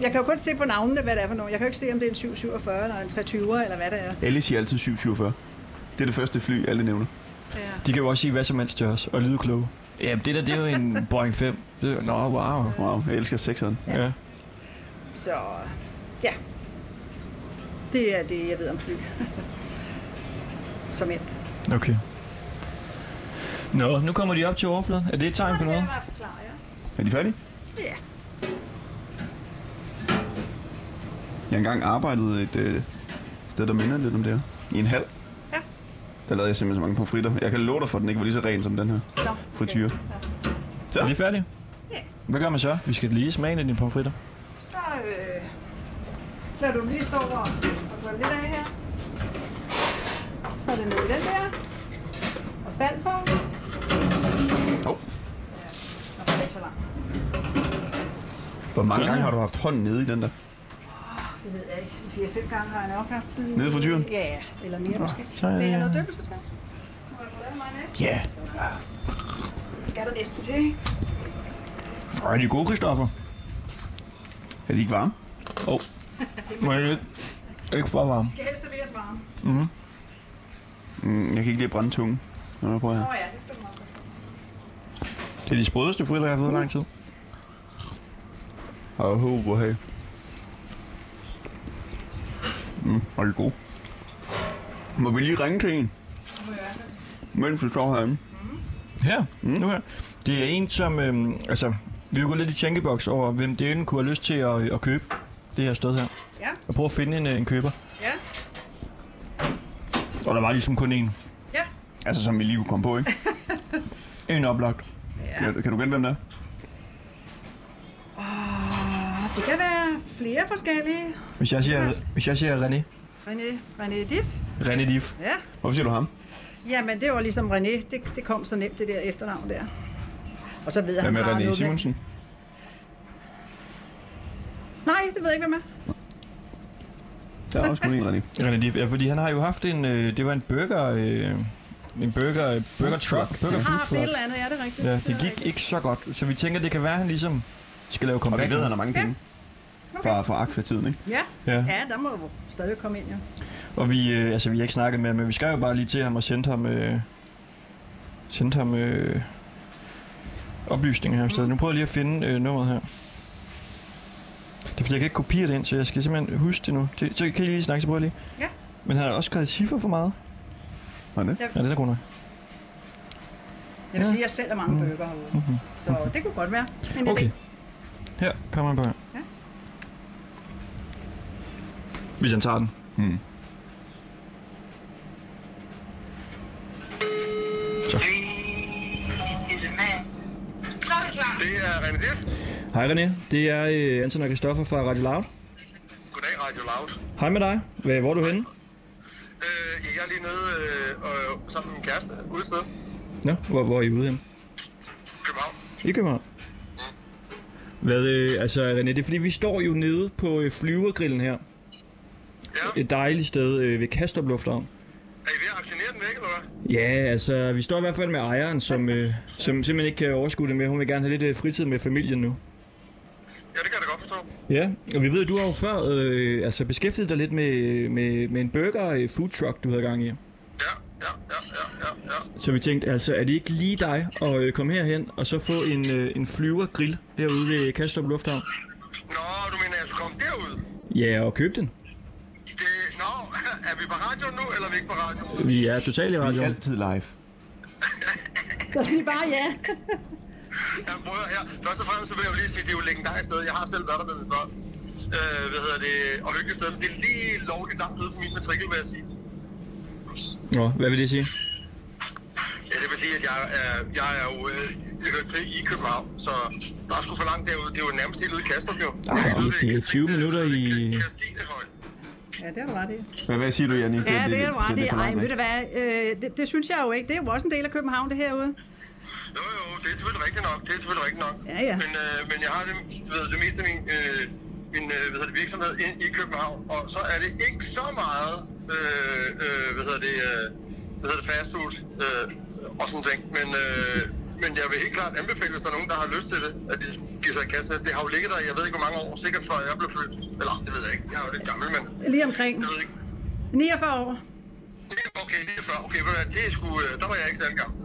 Speaker 9: jeg kan jo kun se på navnene, hvad det er for nogen. Jeg kan jo ikke se, om det er en 747 eller en 320 eller hvad det er.
Speaker 2: Alle siger altid 747. Det er det første fly, alle nævner.
Speaker 9: Ja.
Speaker 1: De kan jo også sige hvad som helst til os, og lyde kloge. Ja, det der, det er jo en Boeing 5. Det, nå, wow.
Speaker 2: Wow, jeg elsker sekseren.
Speaker 1: Ja. ja.
Speaker 9: Så ja, det er det, jeg ved om fly. Som et.
Speaker 1: Okay. Nå, nu kommer de op til overfladen. Er det et tegn på noget?
Speaker 2: Er de færdige?
Speaker 9: Ja.
Speaker 2: Jeg har engang arbejdet et øh, sted, der minder lidt om det her. I en hal.
Speaker 9: Ja.
Speaker 2: Der lavede jeg simpelthen så mange pomfritter. Jeg kan love dig for, at den ikke var lige så ren som den her
Speaker 9: Nå,
Speaker 2: frityre.
Speaker 1: Er de færdige?
Speaker 9: Ja.
Speaker 1: Hvad gør man så? Vi skal lige smage en af dine pomfritter.
Speaker 9: Så øh, lader du lige stå og, og gå lidt af her. Så er det ned i den der. Og salt på.
Speaker 2: Hov.
Speaker 9: Og det er ikke så langt.
Speaker 2: Hvor mange gange har du haft hånden nede i den der?
Speaker 9: Det ved jeg ikke. Fire-fem gange har jeg nok haft den.
Speaker 2: Nede i frityren?
Speaker 9: Ja, ja. Eller mere måske.
Speaker 1: så er
Speaker 9: Vil
Speaker 1: jeg-
Speaker 9: jeg have noget dykkelse til? Må jeg lave mig en
Speaker 1: Ja.
Speaker 9: af? Skal der næsten til, ikke?
Speaker 1: Yeah. de er gode, Christoffer.
Speaker 2: Er de ikke varme?
Speaker 1: Må jeg ikke? Ikke for varm.
Speaker 9: Skal helst serveres varme.
Speaker 2: Mm, jeg kan ikke lide at brænde tungen. Nå, jeg prøver her.
Speaker 9: Åh oh, ja, det skal du nok.
Speaker 1: Det er de sprødeste fritter, jeg har fået i lang tid.
Speaker 2: Og ho, oh, hvor hey. Mm, og det er gode. Må vi lige ringe til en? Mens vi står herinde.
Speaker 1: Her? Mm. Nu her. Det er en, som... Øhm, altså, vi er jo gået lidt i tænkeboks over, hvem det end kunne have lyst til at, at købe det her sted her.
Speaker 9: Ja.
Speaker 1: Og prøve at finde en, øh, en køber.
Speaker 9: Ja.
Speaker 1: Og der var ligesom kun en.
Speaker 2: Altså, som vi lige kunne komme på, ikke?
Speaker 1: En oplagt.
Speaker 2: Kan, kan du gætte, hvem det er?
Speaker 9: Og det kan være flere forskellige.
Speaker 1: Hvis jeg siger, hvis jeg siger René.
Speaker 9: René, René Dip.
Speaker 1: René Diff.
Speaker 9: Ja.
Speaker 2: Hvorfor siger du ham?
Speaker 9: Jamen, det var ligesom René. Det, det kom så nemt, det der efternavn der. Og så ved jeg,
Speaker 2: Hvem er
Speaker 9: han har
Speaker 2: René
Speaker 9: noget med-
Speaker 2: Simonsen?
Speaker 9: Nej, det ved jeg ikke, hvem er.
Speaker 2: Der er også kun en René.
Speaker 1: René Diff, ja, fordi han har jo haft en... Øh, det var en burger... Øh, en burger, øh, burger truck. Burger
Speaker 9: Har
Speaker 1: food
Speaker 9: haft et
Speaker 1: truck.
Speaker 9: eller andet, ja, det er rigtigt.
Speaker 1: Ja,
Speaker 9: er
Speaker 1: det gik
Speaker 9: rigtigt.
Speaker 1: ikke så godt. Så vi tænker, det kan være, at han ligesom skal lave
Speaker 2: Og vi
Speaker 1: comeback.
Speaker 2: ved, at han har mange penge. Fra, fra Aqua-tiden, ikke?
Speaker 9: Ja.
Speaker 1: Ja.
Speaker 9: ja, der må jo stadig komme ind, jo.
Speaker 1: Og vi, øh, altså, vi har ikke snakket med ham, men vi skrev jo bare lige til ham og sendte ham, øh, sendte ham øh, oplysninger her i stedet. Nu prøver jeg lige at finde øh, nummeret her. Det er fordi, jeg kan ikke kopiere det ind, så jeg skal simpelthen huske det nu. Det, så kan I lige snakke, så prøver jeg lige.
Speaker 9: Ja.
Speaker 1: Men han har også skrevet cifre for meget.
Speaker 2: Var det?
Speaker 1: Ja, det er da godt nok.
Speaker 9: Jeg vil
Speaker 1: Ja.
Speaker 9: sige, at jeg selv er mange bøger herude.
Speaker 1: Mhm.
Speaker 9: Så det kunne godt være. Men jeg
Speaker 1: Okay.
Speaker 9: ved-
Speaker 1: Her kommer han på her.
Speaker 9: Ja.
Speaker 1: Hvis han tager den.
Speaker 2: Mm.
Speaker 7: Det er René Diff.
Speaker 1: Hej René, det er øh, Anton og Christoffer fra Radio Loud.
Speaker 7: Goddag, Radio Loud.
Speaker 1: Hej med dig. Hvad- Hvor er du henne?
Speaker 7: Øh, jeg er lige nede øh, og, sammen med min kæreste ude et sted.
Speaker 1: Nå, hvor, hvor er I ude henne?
Speaker 7: København.
Speaker 1: I København. Hvad, øh, altså René, det er fordi, vi står jo nede på øh, flyvergrillen her.
Speaker 7: Ja.
Speaker 1: Et dejligt sted øh, ved Kastrup Lufthavn.
Speaker 7: Er I ved at aktionere den væk, eller hvad?
Speaker 1: Ja, altså, vi står i hvert fald med ejeren, som, øh, som simpelthen ikke kan overskue det mere. Hun vil gerne have lidt øh, fritid med familien nu.
Speaker 7: Ja, det kan jeg da godt forstå.
Speaker 1: Ja, og vi ved, du har jo før øh, altså beskæftiget dig lidt med, med, med en burger øh, food truck, du havde gang i.
Speaker 7: Ja, ja, ja, ja, ja, ja.
Speaker 1: Så vi tænkte, altså, er det ikke lige dig at øh, komme herhen og så få en, øh, en flyvergrill herude ved Kastrup Lufthavn?
Speaker 7: Nå, du mener, jeg skulle komme derud?
Speaker 1: Ja, og købe den.
Speaker 7: Det, nå, er vi på radio nu, eller er vi ikke på radio?
Speaker 1: Vi er totalt i radioen.
Speaker 2: Altid live.
Speaker 9: Så sig bare ja.
Speaker 7: Jamen, prøv at høre her. Først og fremmest så vil jeg jo lige sige, det er jo et legendarisk sted. Jeg har selv været der med mine børn. Øh, hvad hedder det? Og hyggeligt sted. Men det er lige lovligt langt ude for min matrikel, vil jeg sige.
Speaker 1: Nå, hvad vil det sige?
Speaker 7: Ja, det vil sige, at jeg, er, jeg er jo øh, jeg hører til i København, så der er sgu for langt derude. Det er jo nærmest helt ude i Kastrup, jo.
Speaker 1: Ej, det er 20 minutter i-
Speaker 7: Kastinehøj.
Speaker 9: Ja, det er du ret i.
Speaker 2: Hvad, hvad siger du, Janni? til,
Speaker 9: Ja,
Speaker 2: at
Speaker 9: det er du
Speaker 2: til,
Speaker 9: ret
Speaker 2: at
Speaker 9: i.
Speaker 2: for
Speaker 9: Ej,
Speaker 2: langt
Speaker 9: ved
Speaker 2: væk?
Speaker 9: du hvad? Øh, det, det synes jeg jo ikke. Det er jo også en del af København, det herude.
Speaker 7: Jo, jo, det er selvfølgelig rigtigt nok. Det er selvfølgelig rigtigt nok.
Speaker 9: Ja, ja.
Speaker 7: Men, øh, men jeg har det, ved, det meste af min, øh, min øh, hvad hedder det, virksomhed ind i København, og så er det ikke så meget, øh, øh, hvad hedder det, øh, hvad hedder det, fast food øh, og sådan ting. Men, øh, men jeg vil helt klart anbefale, hvis der er nogen, der har lyst til det, at de giver sig i kast med. det. Det har jo ligget der, i, jeg ved ikke hvor mange år, sikkert før jeg blev født. Eller, det ved jeg ikke, jeg er jo lidt gammel, men
Speaker 9: Lige omkring
Speaker 7: jeg ved ikke.
Speaker 9: 49 år.
Speaker 7: Det er Okay, lige før. Okay, ved du hvad, det er sgu, øh, der var jeg ikke særlig gammel.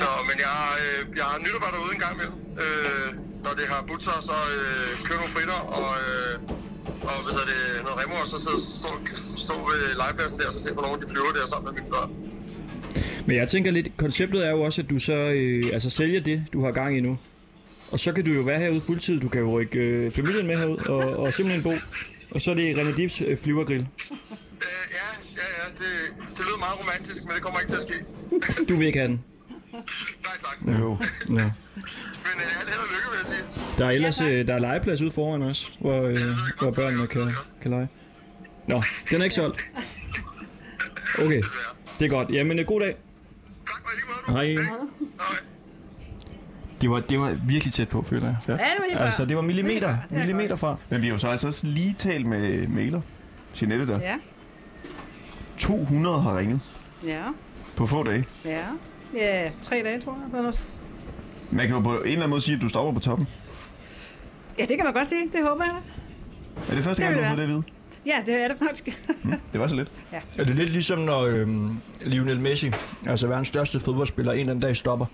Speaker 7: Så, men jeg, øh, jeg nytter bare derude en gang imellem. Øh, når det har budt sig, så øh, kører nogle fritter og, øh, og hvad hedder det, noget remo, og så så, så, stå ved legepladsen der, og så se, hvornår de flyver der sammen med mine børn.
Speaker 1: Men jeg tænker lidt, konceptet er jo også, at du så øh, altså sælger det, du har gang i nu. Og så kan du jo være herude fuldtid. Du kan jo rykke øh, familien med herud og, og simpelthen bo. Og så er det René Diffs øh, flyvergrill.
Speaker 7: Øh, Ja, ja, det, det lyder meget romantisk, men det kommer ikke til at ske.
Speaker 1: Du vil ikke have den.
Speaker 7: Nej tak.
Speaker 1: Jo. Nå.
Speaker 7: Men øh, alt held og lykke, vil jeg sige.
Speaker 1: Der er ellers øh, der er legeplads ude foran os, hvor, øh, hvor børnene kan, kan lege. Nå, den er ikke solgt. Okay, det er godt. Jamen, øh, god dag. Hej. Det var, det var virkelig tæt på, føler jeg.
Speaker 2: Ja, det var lige før.
Speaker 1: Altså, det var millimeter,
Speaker 2: Det er
Speaker 1: millimeter fra.
Speaker 2: Men vi har jo så altså også lige talt med mailer. Jeanette der.
Speaker 9: Ja.
Speaker 2: 200 har ringet
Speaker 9: Ja.
Speaker 2: på få dage.
Speaker 9: Ja. Ja, tre dage, tror jeg. eller noget.
Speaker 2: Man kan jo på en eller anden måde sige, at du stopper på toppen.
Speaker 9: Ja, det kan man godt sige. Det håber jeg da.
Speaker 2: Er det første
Speaker 9: Det
Speaker 2: gang, du
Speaker 9: vil
Speaker 2: har fået det
Speaker 9: være.
Speaker 2: at vide?
Speaker 9: Ja, det er det faktisk.
Speaker 2: Det var så lidt.
Speaker 9: Ja.
Speaker 1: Er det lidt ligesom, når øhm, Lionel Messi, altså verdens største fodboldspiller, en eller anden dag stopper?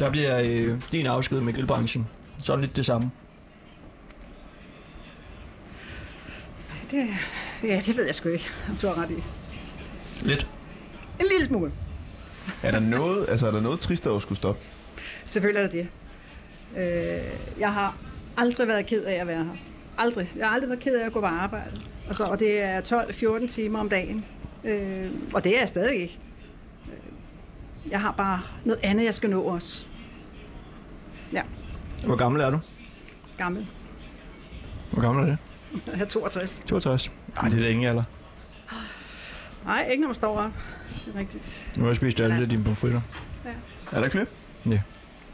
Speaker 1: Der bliver øh, din afsked med grillbranchen. Så er det lidt det samme.
Speaker 9: Det, ja, det ved jeg sgu ikke, om du har ret i.
Speaker 1: Lidt.
Speaker 9: En lille smule.
Speaker 2: Er der noget, altså er der noget trist at skulle stoppe?
Speaker 9: Selvfølgelig er der det. Øh, jeg har aldrig været ked af at være her. Aldrig. Jeg har aldrig været ked af at gå på arbejde. Og, så, og det er 12-14 timer om dagen. Øh, og det er jeg stadig ikke. Øh, Jeg har bare noget andet, jeg skal nå også. Ja,
Speaker 1: Hvor gammel er du?
Speaker 9: gammel.
Speaker 1: Hvor gammel er det?
Speaker 9: Jeg er 62.
Speaker 1: 62. Nej, det er da ingen alder.
Speaker 9: Nej, ikke når man står op. Det er rigtigt.
Speaker 1: Nu har jeg spist alle dine pomfritter.
Speaker 9: Ja.
Speaker 2: Er der flere?
Speaker 1: Ja.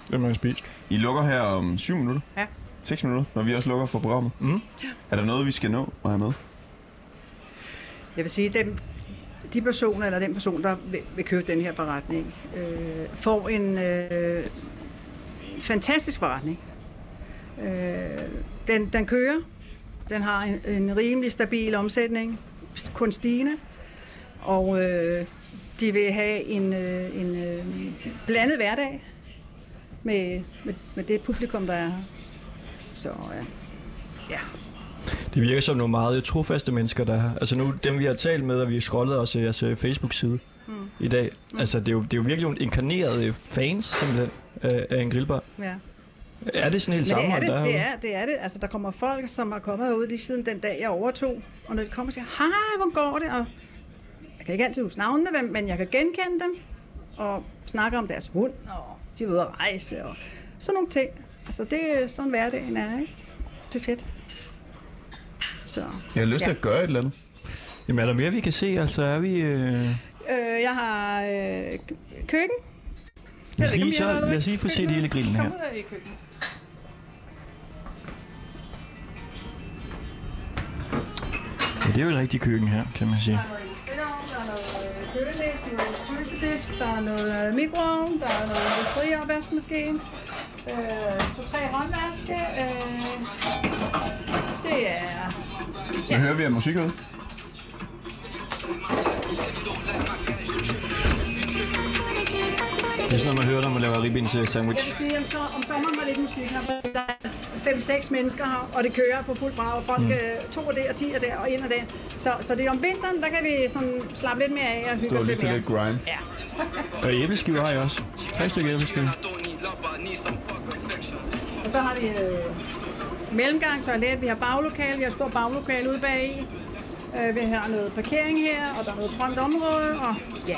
Speaker 1: Hvem har jeg spist?
Speaker 2: I lukker her om 7 minutter.
Speaker 9: Ja.
Speaker 2: 6 minutter, når vi også lukker for programmet.
Speaker 1: Mm.
Speaker 2: Er der noget, vi skal nå at have med?
Speaker 9: Jeg vil sige, dem, de personer, eller den person, der vil, vil købe den her forretning, øh, får en øh, fantastisk forretning. Øh, den, den kører. Den har en, en rimelig stabil omsætning. Kun stigende. Og øh, de vil have en, øh, en øh, blandet hverdag med, med, med det publikum, der er her. Så øh, ja.
Speaker 1: Det virker som nogle meget trofaste mennesker, der er her. Altså nu, dem vi har talt med, og vi har scrollet også jeres øh, Facebook-side mm.
Speaker 9: Hmm.
Speaker 1: i dag. Mm. Altså det er, jo, det er jo virkelig nogle inkarnerede fans, simpelthen, af, af en grillbar.
Speaker 9: ja.
Speaker 1: Er det sådan helt
Speaker 9: Men
Speaker 1: sammenhold,
Speaker 9: det
Speaker 1: der
Speaker 9: er det, det
Speaker 1: herude?
Speaker 9: er, det er det. Altså, der kommer folk, som har kommet herude lige siden den dag, jeg overtog. Og når de kommer, siger hej, hvor går det? Og jeg kan ikke altid huske navnene, men- men jeg kan genkende dem. Og snakke om deres hund, og de er ude at rejse, og sådan nogle ting. Altså, det er sådan hverdagen er, ikke? Det er fedt. Så,
Speaker 2: Jeg har lyst til
Speaker 9: ja.
Speaker 2: at gøre et eller andet.
Speaker 1: Jamen er der mere, vi kan se? Altså er vi... Øh...
Speaker 9: Øh, jeg har øh, kø- køkken.
Speaker 1: Lad os
Speaker 9: ved ikke, om
Speaker 1: lige,
Speaker 9: I
Speaker 1: så,
Speaker 9: har noget
Speaker 1: lad
Speaker 9: i
Speaker 1: os lige få set
Speaker 9: køkkenet.
Speaker 1: hele grillen her.
Speaker 9: Kom ud af i køkkenet.
Speaker 1: Ja, det er jo et rigtigt køkken her, kan man sige.
Speaker 9: Der er noget køledisk, noget frysedisk, der er noget mikroovn, der er noget industriopvaskemaskine, øh, to-tre håndvaske, øh, det er...
Speaker 2: Så hører vi af musik ud.
Speaker 1: Det er sådan noget, man hører, når man laver ribben til
Speaker 9: Jeg vil
Speaker 1: sandwich.
Speaker 9: sige, om, så, om sommeren var lidt musik her, fordi der er fem-seks mennesker her, og det kører på fuld brag, og folk
Speaker 1: Mm.
Speaker 9: mm. øh, to af det, og ti af det, og en af det. Så, så det er om vinteren, der kan vi sådan slappe lidt mere af og hygge os lidt mere.
Speaker 2: grind.
Speaker 9: Ja.
Speaker 1: Og æbleskiver har jeg også. Tre stykker æbleskiver.
Speaker 9: Og så har vi øh, mellemgang, toilet, vi har baglokale, vi har et stort baglokale ude bagi. Øh, vi har noget parkering her, og der er noget grønt område, og ja.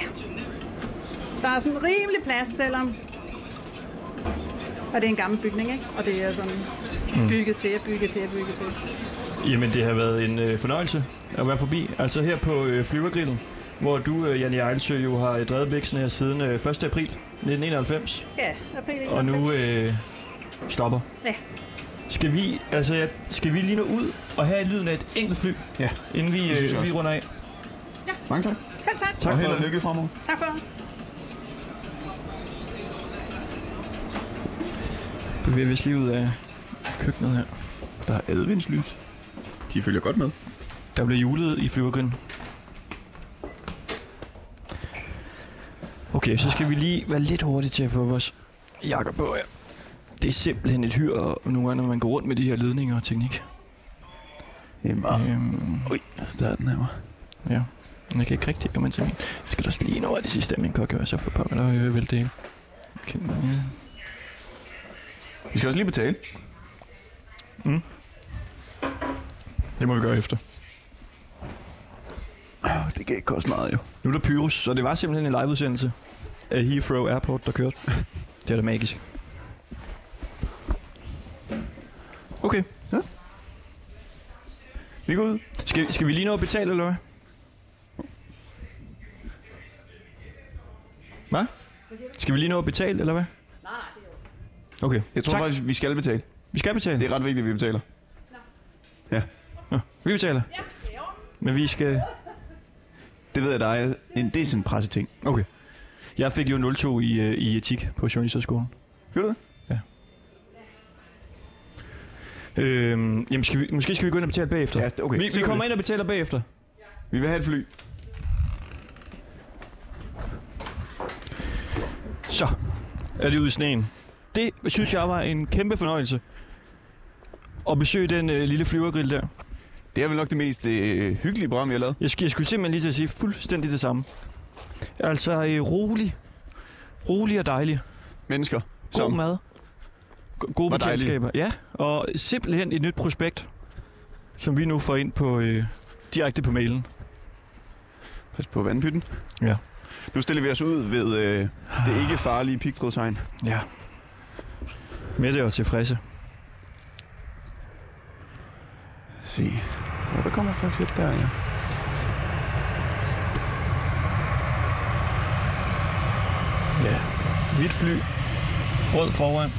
Speaker 9: Der er sådan rimelig plads, selvom og det er en gammel bygning, ikke? Og det er sådan
Speaker 1: Mm.
Speaker 9: bygget til og bygget til og bygget til.
Speaker 1: Jamen, det har været en øh, fornøjelse at være forbi. Altså her på øh, Flyvergrillen, hvor du, øh, Janne Ejlsø, jo har øh, drevet biksen her siden øh, 1. april 1991.
Speaker 9: Ja, april
Speaker 1: Og nu øh, stopper.
Speaker 9: Ja.
Speaker 1: Skal vi, altså, jeg- skal vi lige nå ud og have lyden af et enkelt fly,
Speaker 2: ja.
Speaker 1: inden vi,
Speaker 2: Det synes jeg
Speaker 1: øh, vi
Speaker 2: også.
Speaker 1: runder af?
Speaker 9: Ja.
Speaker 2: Mange tak.
Speaker 9: Tak, tak.
Speaker 1: Tak
Speaker 2: og
Speaker 1: for
Speaker 2: held og
Speaker 1: det.
Speaker 2: lykke fremover.
Speaker 9: Tak for det.
Speaker 1: Bevæger vi os lige ud af køkkenet her.
Speaker 2: Der er adventslys. De følger godt med.
Speaker 1: Der bliver julet i flyvergrinden. Okay, så skal vi lige være lidt hurtige til at få vores jakker på her. Det er simpelthen et hyr, og nogle gange, når man går rundt med de her ledninger og teknik.
Speaker 2: Jamen.
Speaker 1: Øhm.
Speaker 2: Ui, der er den her.
Speaker 1: Ja. Men Jeg kan ikke rigtig komme ind til min. Jeg skal da også lige nå af det sidste af min kok, og så får pokker, der er jo vel det. hele. Okay, ja.
Speaker 2: Vi skal også lige betale.
Speaker 1: Det må vi gøre efter.
Speaker 2: Det kan ikke koste meget, jo.
Speaker 1: Nu er der Pyrus, så det var simpelthen en liveudsendelse af Heathrow Airport, der kørte. det er da magisk. Okay. Ja. Vi går ud. Skal, skal vi lige nå at betale, eller hvad? Hvad? Skal vi lige nå at betale, eller hvad? Okay.
Speaker 2: Jeg tror
Speaker 1: Tak.
Speaker 2: faktisk, vi skal betale.
Speaker 1: Vi skal betale.
Speaker 2: Det er ret vigtigt, at vi betaler.
Speaker 1: Vi betaler. Men vi skal...
Speaker 2: Det ved jeg, der er en, det er sådan en presseting.
Speaker 1: Okay. Jeg fik jo 02 i, øh, i etik på journalisterskolen.
Speaker 2: Gør du det?
Speaker 1: Øhm, jamen, skal vi, måske skal vi gå ind og betale bagefter.
Speaker 2: Ja, okay.
Speaker 1: Vi, vi kommer ind og betaler bagefter.
Speaker 2: Vi vil have et fly.
Speaker 1: Så er det ude i sneen. Det synes jeg var en kæmpe fornøjelse. At besøge den øh, lille flyvergrill der.
Speaker 2: Det er vel nok det mest øh, hyggelige program, vi har lavet.
Speaker 1: Jeg, sk- jeg skulle simpelthen lige til at sige fuldstændig det samme. Altså øh, rolig. Rolig og dejlig.
Speaker 2: Mennesker,
Speaker 1: God
Speaker 2: som
Speaker 1: mad. Go- gode
Speaker 2: Var dejlige.
Speaker 1: bekendtskaber. Ja, og simpelthen et nyt prospekt, som vi nu får ind på øh, direkte på mailen.
Speaker 2: pas på vandpytten.
Speaker 1: Ja.
Speaker 2: Nu stiller vi os ud ved øh, det ikke farlige pigtrådshegn.
Speaker 1: Ja. Med det og tilfredse.
Speaker 2: Se. Ja, der kommer faktisk et der, ja.
Speaker 1: Ja. Hvidt fly. Rød foran.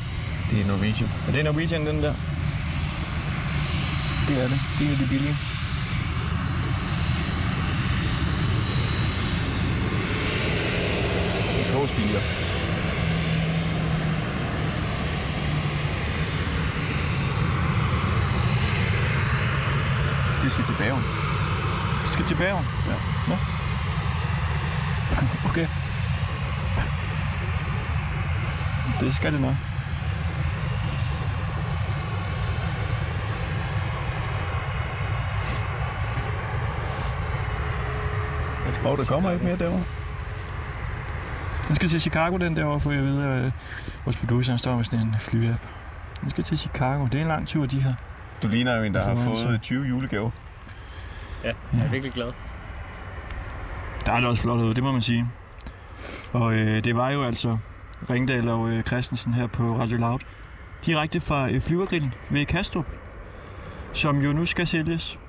Speaker 11: Det er Norwegian.
Speaker 1: Er det Norwegian, den der? Det er det. Det er det billige.
Speaker 2: De få biler. Vi skal til Bergen.
Speaker 1: Du skal tilbage. Ja. ja. okay. Det skal det nok.
Speaker 2: Og der kommer ikke mere derovre.
Speaker 1: Den skal til Chicago, den derovre, for jeg ved, at øh, vores producer han står med sådan en flyapp. Den skal til Chicago. Det er en lang tur, de her.
Speaker 2: Du ligner jo en, der har
Speaker 1: Fornøjelse.
Speaker 2: fået 20 julegaver.
Speaker 11: Ja, jeg er virkelig glad.
Speaker 1: Der er det også flot ud, det må man sige. Og øh, det var jo altså Ringdal og øh, Christensen her på Radio Loud. Direkte fra øh, flyvergrillen ved Kastrup, som jo nu skal sælges